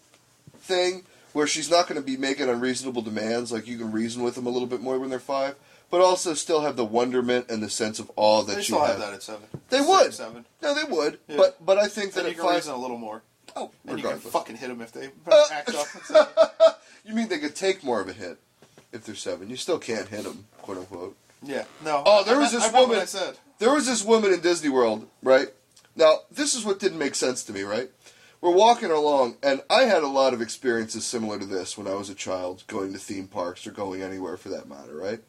Speaker 1: thing where she's not going to be making unreasonable demands. Like you can reason with them a little bit more when they're five, but also still have the wonderment and the sense of awe that
Speaker 2: They
Speaker 1: you
Speaker 2: still have
Speaker 1: have
Speaker 2: that at seven.
Speaker 1: They
Speaker 2: Six,
Speaker 1: would.
Speaker 2: seven.
Speaker 1: no, they would,
Speaker 2: Yeah.
Speaker 1: but but I think
Speaker 2: Then
Speaker 1: that
Speaker 2: you
Speaker 1: at
Speaker 2: can
Speaker 1: five,
Speaker 2: reason a little more.
Speaker 1: oh,
Speaker 2: And you can
Speaker 1: regardless.
Speaker 2: fucking hit them if they
Speaker 1: Uh,
Speaker 2: act up.
Speaker 1: You mean they could take more of a hit if they're seven? You still can't hit them, quote unquote.
Speaker 2: yeah. No.
Speaker 1: Oh, there
Speaker 2: I
Speaker 1: was this
Speaker 2: meant- I meant what
Speaker 1: woman-
Speaker 2: I said.
Speaker 1: There was this woman in Disney World, right? Now this is what didn't make sense to me, right? We're walking along, and I had a lot of experiences similar to this when I was a child, going to theme parks or going anywhere for that matter, right?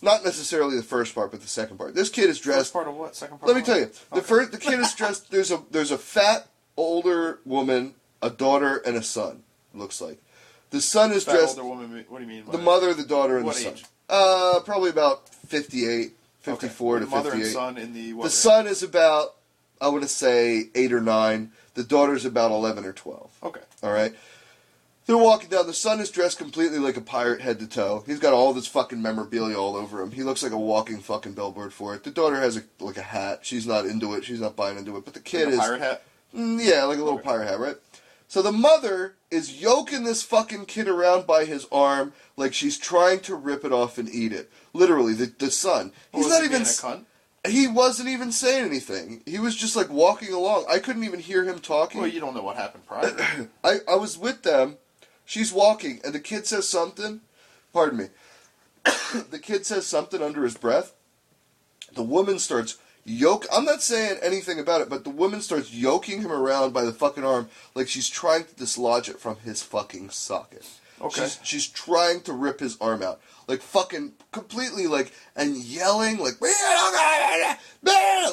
Speaker 1: Not necessarily the first part, but the second part. This kid is dressed
Speaker 2: First part of what? Second part.
Speaker 1: Let me
Speaker 2: of
Speaker 1: tell
Speaker 2: what?
Speaker 1: you, the first the kid is dressed. There's a there's a fat older woman, a daughter, and a son. Looks like the son is
Speaker 2: That
Speaker 1: dressed.
Speaker 2: older woman. What do you mean? by
Speaker 1: The
Speaker 2: that?
Speaker 1: mother, the daughter, and
Speaker 2: What
Speaker 1: the son.
Speaker 2: age?
Speaker 1: Uh, probably about 58,
Speaker 2: Okay.
Speaker 1: 54
Speaker 2: The
Speaker 1: to
Speaker 2: mother
Speaker 1: 58.
Speaker 2: and son in the what?
Speaker 1: the
Speaker 2: range?
Speaker 1: son is about, I want to say eight or nine. The daughter's about eleven or twelve.
Speaker 2: Okay.
Speaker 1: All right. They're walking down. The son is dressed completely like a pirate head to toe. He's got all this fucking memorabilia all over him. He looks like a walking fucking billboard for it. The daughter has a, like a hat. She's not into it. She's not buying into it. But the kid
Speaker 2: Like a
Speaker 1: is
Speaker 2: pirate hat.
Speaker 1: Mm, yeah, like a little pirate hat, right? So the mother is yoking this fucking kid around by his arm like she's trying to rip it off and eat it. Literally, the, the son.
Speaker 2: Or
Speaker 1: He's
Speaker 2: was
Speaker 1: not
Speaker 2: he
Speaker 1: even.
Speaker 2: being
Speaker 1: s-
Speaker 2: a cunt.
Speaker 1: He wasn't even saying anything. He was just like walking along. I couldn't even hear him talking.
Speaker 2: Well, you don't know what happened prior.
Speaker 1: I, I was with them. She's walking, and the kid says something. Pardon me. the kid says something under his breath. The woman starts yoke. I'm not saying anything about it, but the woman starts yoking him around by the fucking arm like she's trying to dislodge it from his fucking socket.
Speaker 2: Okay.
Speaker 1: She's, she's trying to rip his arm out. Like fucking completely like and yelling like oh ah,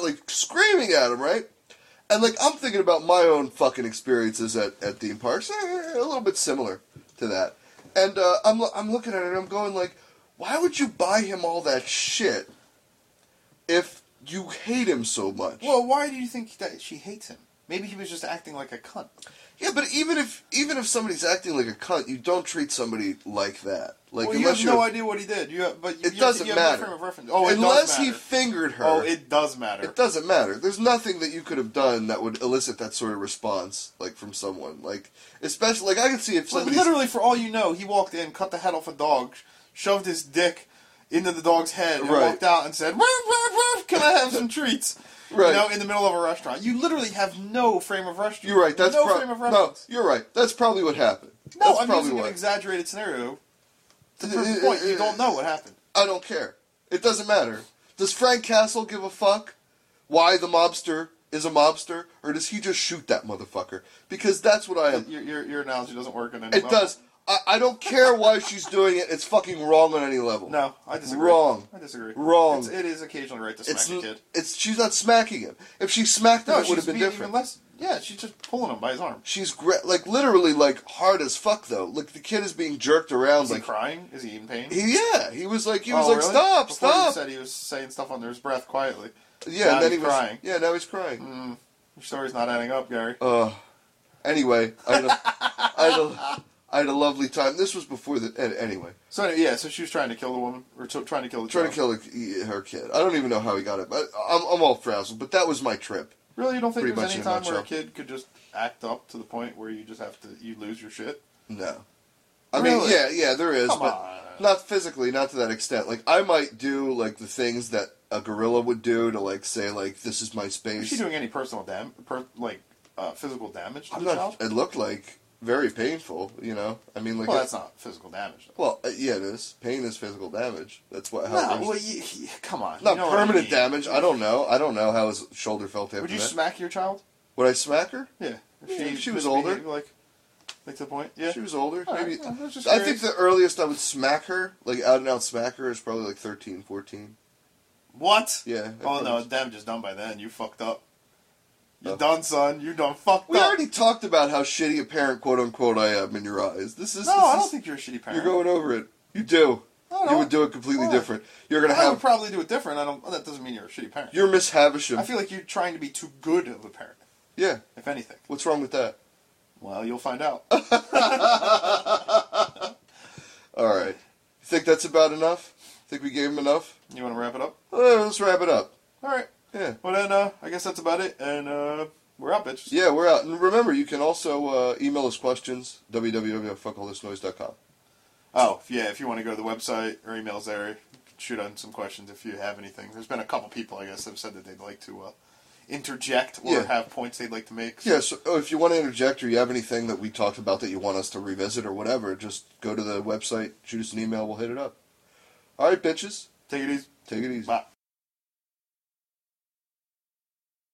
Speaker 1: like screaming at him, right? And like I'm thinking about my own fucking experiences at, at theme parks, eh, a little bit similar to that. And uh, I'm lo- I'm looking at it, and I'm going like, why would you buy him all that shit if you hate him so much?
Speaker 2: well, why do you think that she hates him? Maybe he was just acting like a cunt.
Speaker 1: yeah, but even if even if somebody's acting like a cunt, you don't treat somebody like that. Like
Speaker 2: well, you
Speaker 1: unless
Speaker 2: have no
Speaker 1: you're-
Speaker 2: idea what he did. You have, but you,
Speaker 1: It
Speaker 2: you
Speaker 1: doesn't
Speaker 2: have, you Have
Speaker 1: matter.
Speaker 2: no frame of reference. Oh, it
Speaker 1: unless
Speaker 2: does
Speaker 1: he
Speaker 2: matter.
Speaker 1: fingered her,
Speaker 2: Oh, it does matter.
Speaker 1: It doesn't matter. There's nothing that you could have done that would elicit that sort of response, like from someone, like especially like I can see if
Speaker 2: Like,
Speaker 1: somebody
Speaker 2: literally, for all you know, he walked in, cut the head off a dog, shoved his dick into the dog's head, and
Speaker 1: Right.
Speaker 2: walked out and said, "Ruff, ruff, ruff, "Can I have some treats?"
Speaker 1: Right.
Speaker 2: You know, in the middle of a restaurant, you literally have no frame of reference.
Speaker 1: You're right. That's
Speaker 2: no
Speaker 1: prob-
Speaker 2: frame of
Speaker 1: no.
Speaker 2: reference.
Speaker 1: You're right. That's probably what happened.
Speaker 2: No,
Speaker 1: that's
Speaker 2: I'm
Speaker 1: probably
Speaker 2: using
Speaker 1: what.
Speaker 2: an exaggerated scenario. To
Speaker 1: Uh,
Speaker 2: prove the
Speaker 1: uh,
Speaker 2: point, you
Speaker 1: uh,
Speaker 2: don't know what happened.
Speaker 1: I don't care. It doesn't matter. Does Frank Castle give a fuck why the mobster is a mobster, or does he just shoot that motherfucker? Because that's what I am.
Speaker 2: Your, your, your analogy doesn't work on any
Speaker 1: It
Speaker 2: level.
Speaker 1: does. I, I don't care why she's doing it. It's fucking wrong on any level.
Speaker 2: No, I disagree.
Speaker 1: Wrong.
Speaker 2: I disagree.
Speaker 1: Wrong.
Speaker 2: It's, it is occasionally right to smack
Speaker 1: It's
Speaker 2: a kid.
Speaker 1: it's she's not smacking him. If she smacked him,
Speaker 2: No,
Speaker 1: it would have been
Speaker 2: being
Speaker 1: different.
Speaker 2: Even less, yeah, she's just pulling him by his arm.
Speaker 1: She's gra- like literally like hard as fuck though. Like the kid is being jerked around
Speaker 2: Is he
Speaker 1: like
Speaker 2: crying? Is he in pain?
Speaker 1: He, yeah, he was like, he was
Speaker 2: Oh,
Speaker 1: like,
Speaker 2: really?
Speaker 1: stop,
Speaker 2: Before You
Speaker 1: stop.
Speaker 2: said he was saying stuff under his breath quietly.
Speaker 1: yeah,
Speaker 2: now
Speaker 1: and then
Speaker 2: he's
Speaker 1: he was
Speaker 2: crying. Mm.
Speaker 1: Yeah, now he's crying.
Speaker 2: Your story's not adding up, Gary.
Speaker 1: Uh, anyway, I had, a, I, had a, I had a lovely time. This was before the an- anyway.
Speaker 2: So anyway, yeah, so she was trying to kill the woman or t- trying to kill the
Speaker 1: Trying to
Speaker 2: child.
Speaker 1: kill her, her kid. I don't even know how he got it, but I'm, I'm all frazzled. But that was my trip.
Speaker 2: Really, you don't think
Speaker 1: Pretty
Speaker 2: there's
Speaker 1: much
Speaker 2: any
Speaker 1: in a
Speaker 2: time where a
Speaker 1: nutshell.
Speaker 2: kid could just act up to the point where you just have to you lose your shit?
Speaker 1: No, I mean,
Speaker 2: Really?
Speaker 1: yeah, yeah, there is,
Speaker 2: Come
Speaker 1: but
Speaker 2: on.
Speaker 1: not physically, not to that extent. Like I might do like the things that a gorilla would do to like say like this is my
Speaker 2: Is she
Speaker 1: space.
Speaker 2: doing any personal dam, per- like uh, physical damage to
Speaker 1: I'm
Speaker 2: the
Speaker 1: not.
Speaker 2: child?
Speaker 1: It looked like very painful. You know, I mean, like
Speaker 2: well,
Speaker 1: it-
Speaker 2: that's not physical damage. Though.
Speaker 1: Well, uh, yeah, it is. Pain is physical damage. That's what. How it
Speaker 2: No,
Speaker 1: was-
Speaker 2: well, you, you- come on.
Speaker 1: not
Speaker 2: you know what I
Speaker 1: permanent
Speaker 2: mean.
Speaker 1: damage. I don't know. I don't know how his shoulder felt after
Speaker 2: Would you
Speaker 1: that.
Speaker 2: smack your child?
Speaker 1: Would I smack her?
Speaker 2: Yeah.
Speaker 1: Yeah, if she was
Speaker 2: misbehaved,
Speaker 1: older.
Speaker 2: Like, like to the point. Yeah.
Speaker 1: She was older.
Speaker 2: All right,
Speaker 1: Maybe.
Speaker 2: yeah, I was just
Speaker 1: I think
Speaker 2: curious.
Speaker 1: the earliest I would smack her, like out and out smack her, is probably like 13, 14.
Speaker 2: What?
Speaker 1: Yeah.
Speaker 2: Oh no, damage is done by then. You fucked up. You
Speaker 1: Oh.
Speaker 2: done, son. You done fucked
Speaker 1: We
Speaker 2: up.
Speaker 1: already talked about how shitty a parent, quote unquote, I am in your eyes. This is.
Speaker 2: no,
Speaker 1: this
Speaker 2: I
Speaker 1: is-
Speaker 2: don't think you're a shitty parent.
Speaker 1: You're going over it. You do.
Speaker 2: No, no.
Speaker 1: You would do it completely
Speaker 2: Why?
Speaker 1: different. You're gonna
Speaker 2: I would
Speaker 1: have.
Speaker 2: probably do it different. I don't. That doesn't mean you're a shitty parent.
Speaker 1: You're Miss Havisham.
Speaker 2: I feel like you're trying to be too good of a parent,
Speaker 1: yeah.
Speaker 2: if anything.
Speaker 1: What's wrong with that?
Speaker 2: Well, you'll find out.
Speaker 1: All right. You think that's about enough? Think we gave him enough?
Speaker 2: You want to wrap it up?
Speaker 1: Uh, let's wrap it up.
Speaker 2: All right.
Speaker 1: Yeah.
Speaker 2: Well then, uh, I guess that's about it, and uh, we're out, bitches.
Speaker 1: Yeah, we're out. And remember, you can also uh, email us questions, www.fuckalllthisnoise.com.
Speaker 2: Oh, yeah, if you want to go to the website or emails there, shoot on some questions if you have anything. There's been a couple people, I guess, that have said that they'd like to uh, interject or
Speaker 1: Yeah.
Speaker 2: have points they'd like to make.
Speaker 1: Yeah, so oh, if you want to interject or you have anything that we talked about that you want us to revisit or whatever, just go to the website, shoot us an email, we'll hit it up. All right, bitches.
Speaker 2: Take it easy.
Speaker 1: Take it easy.
Speaker 2: Bye.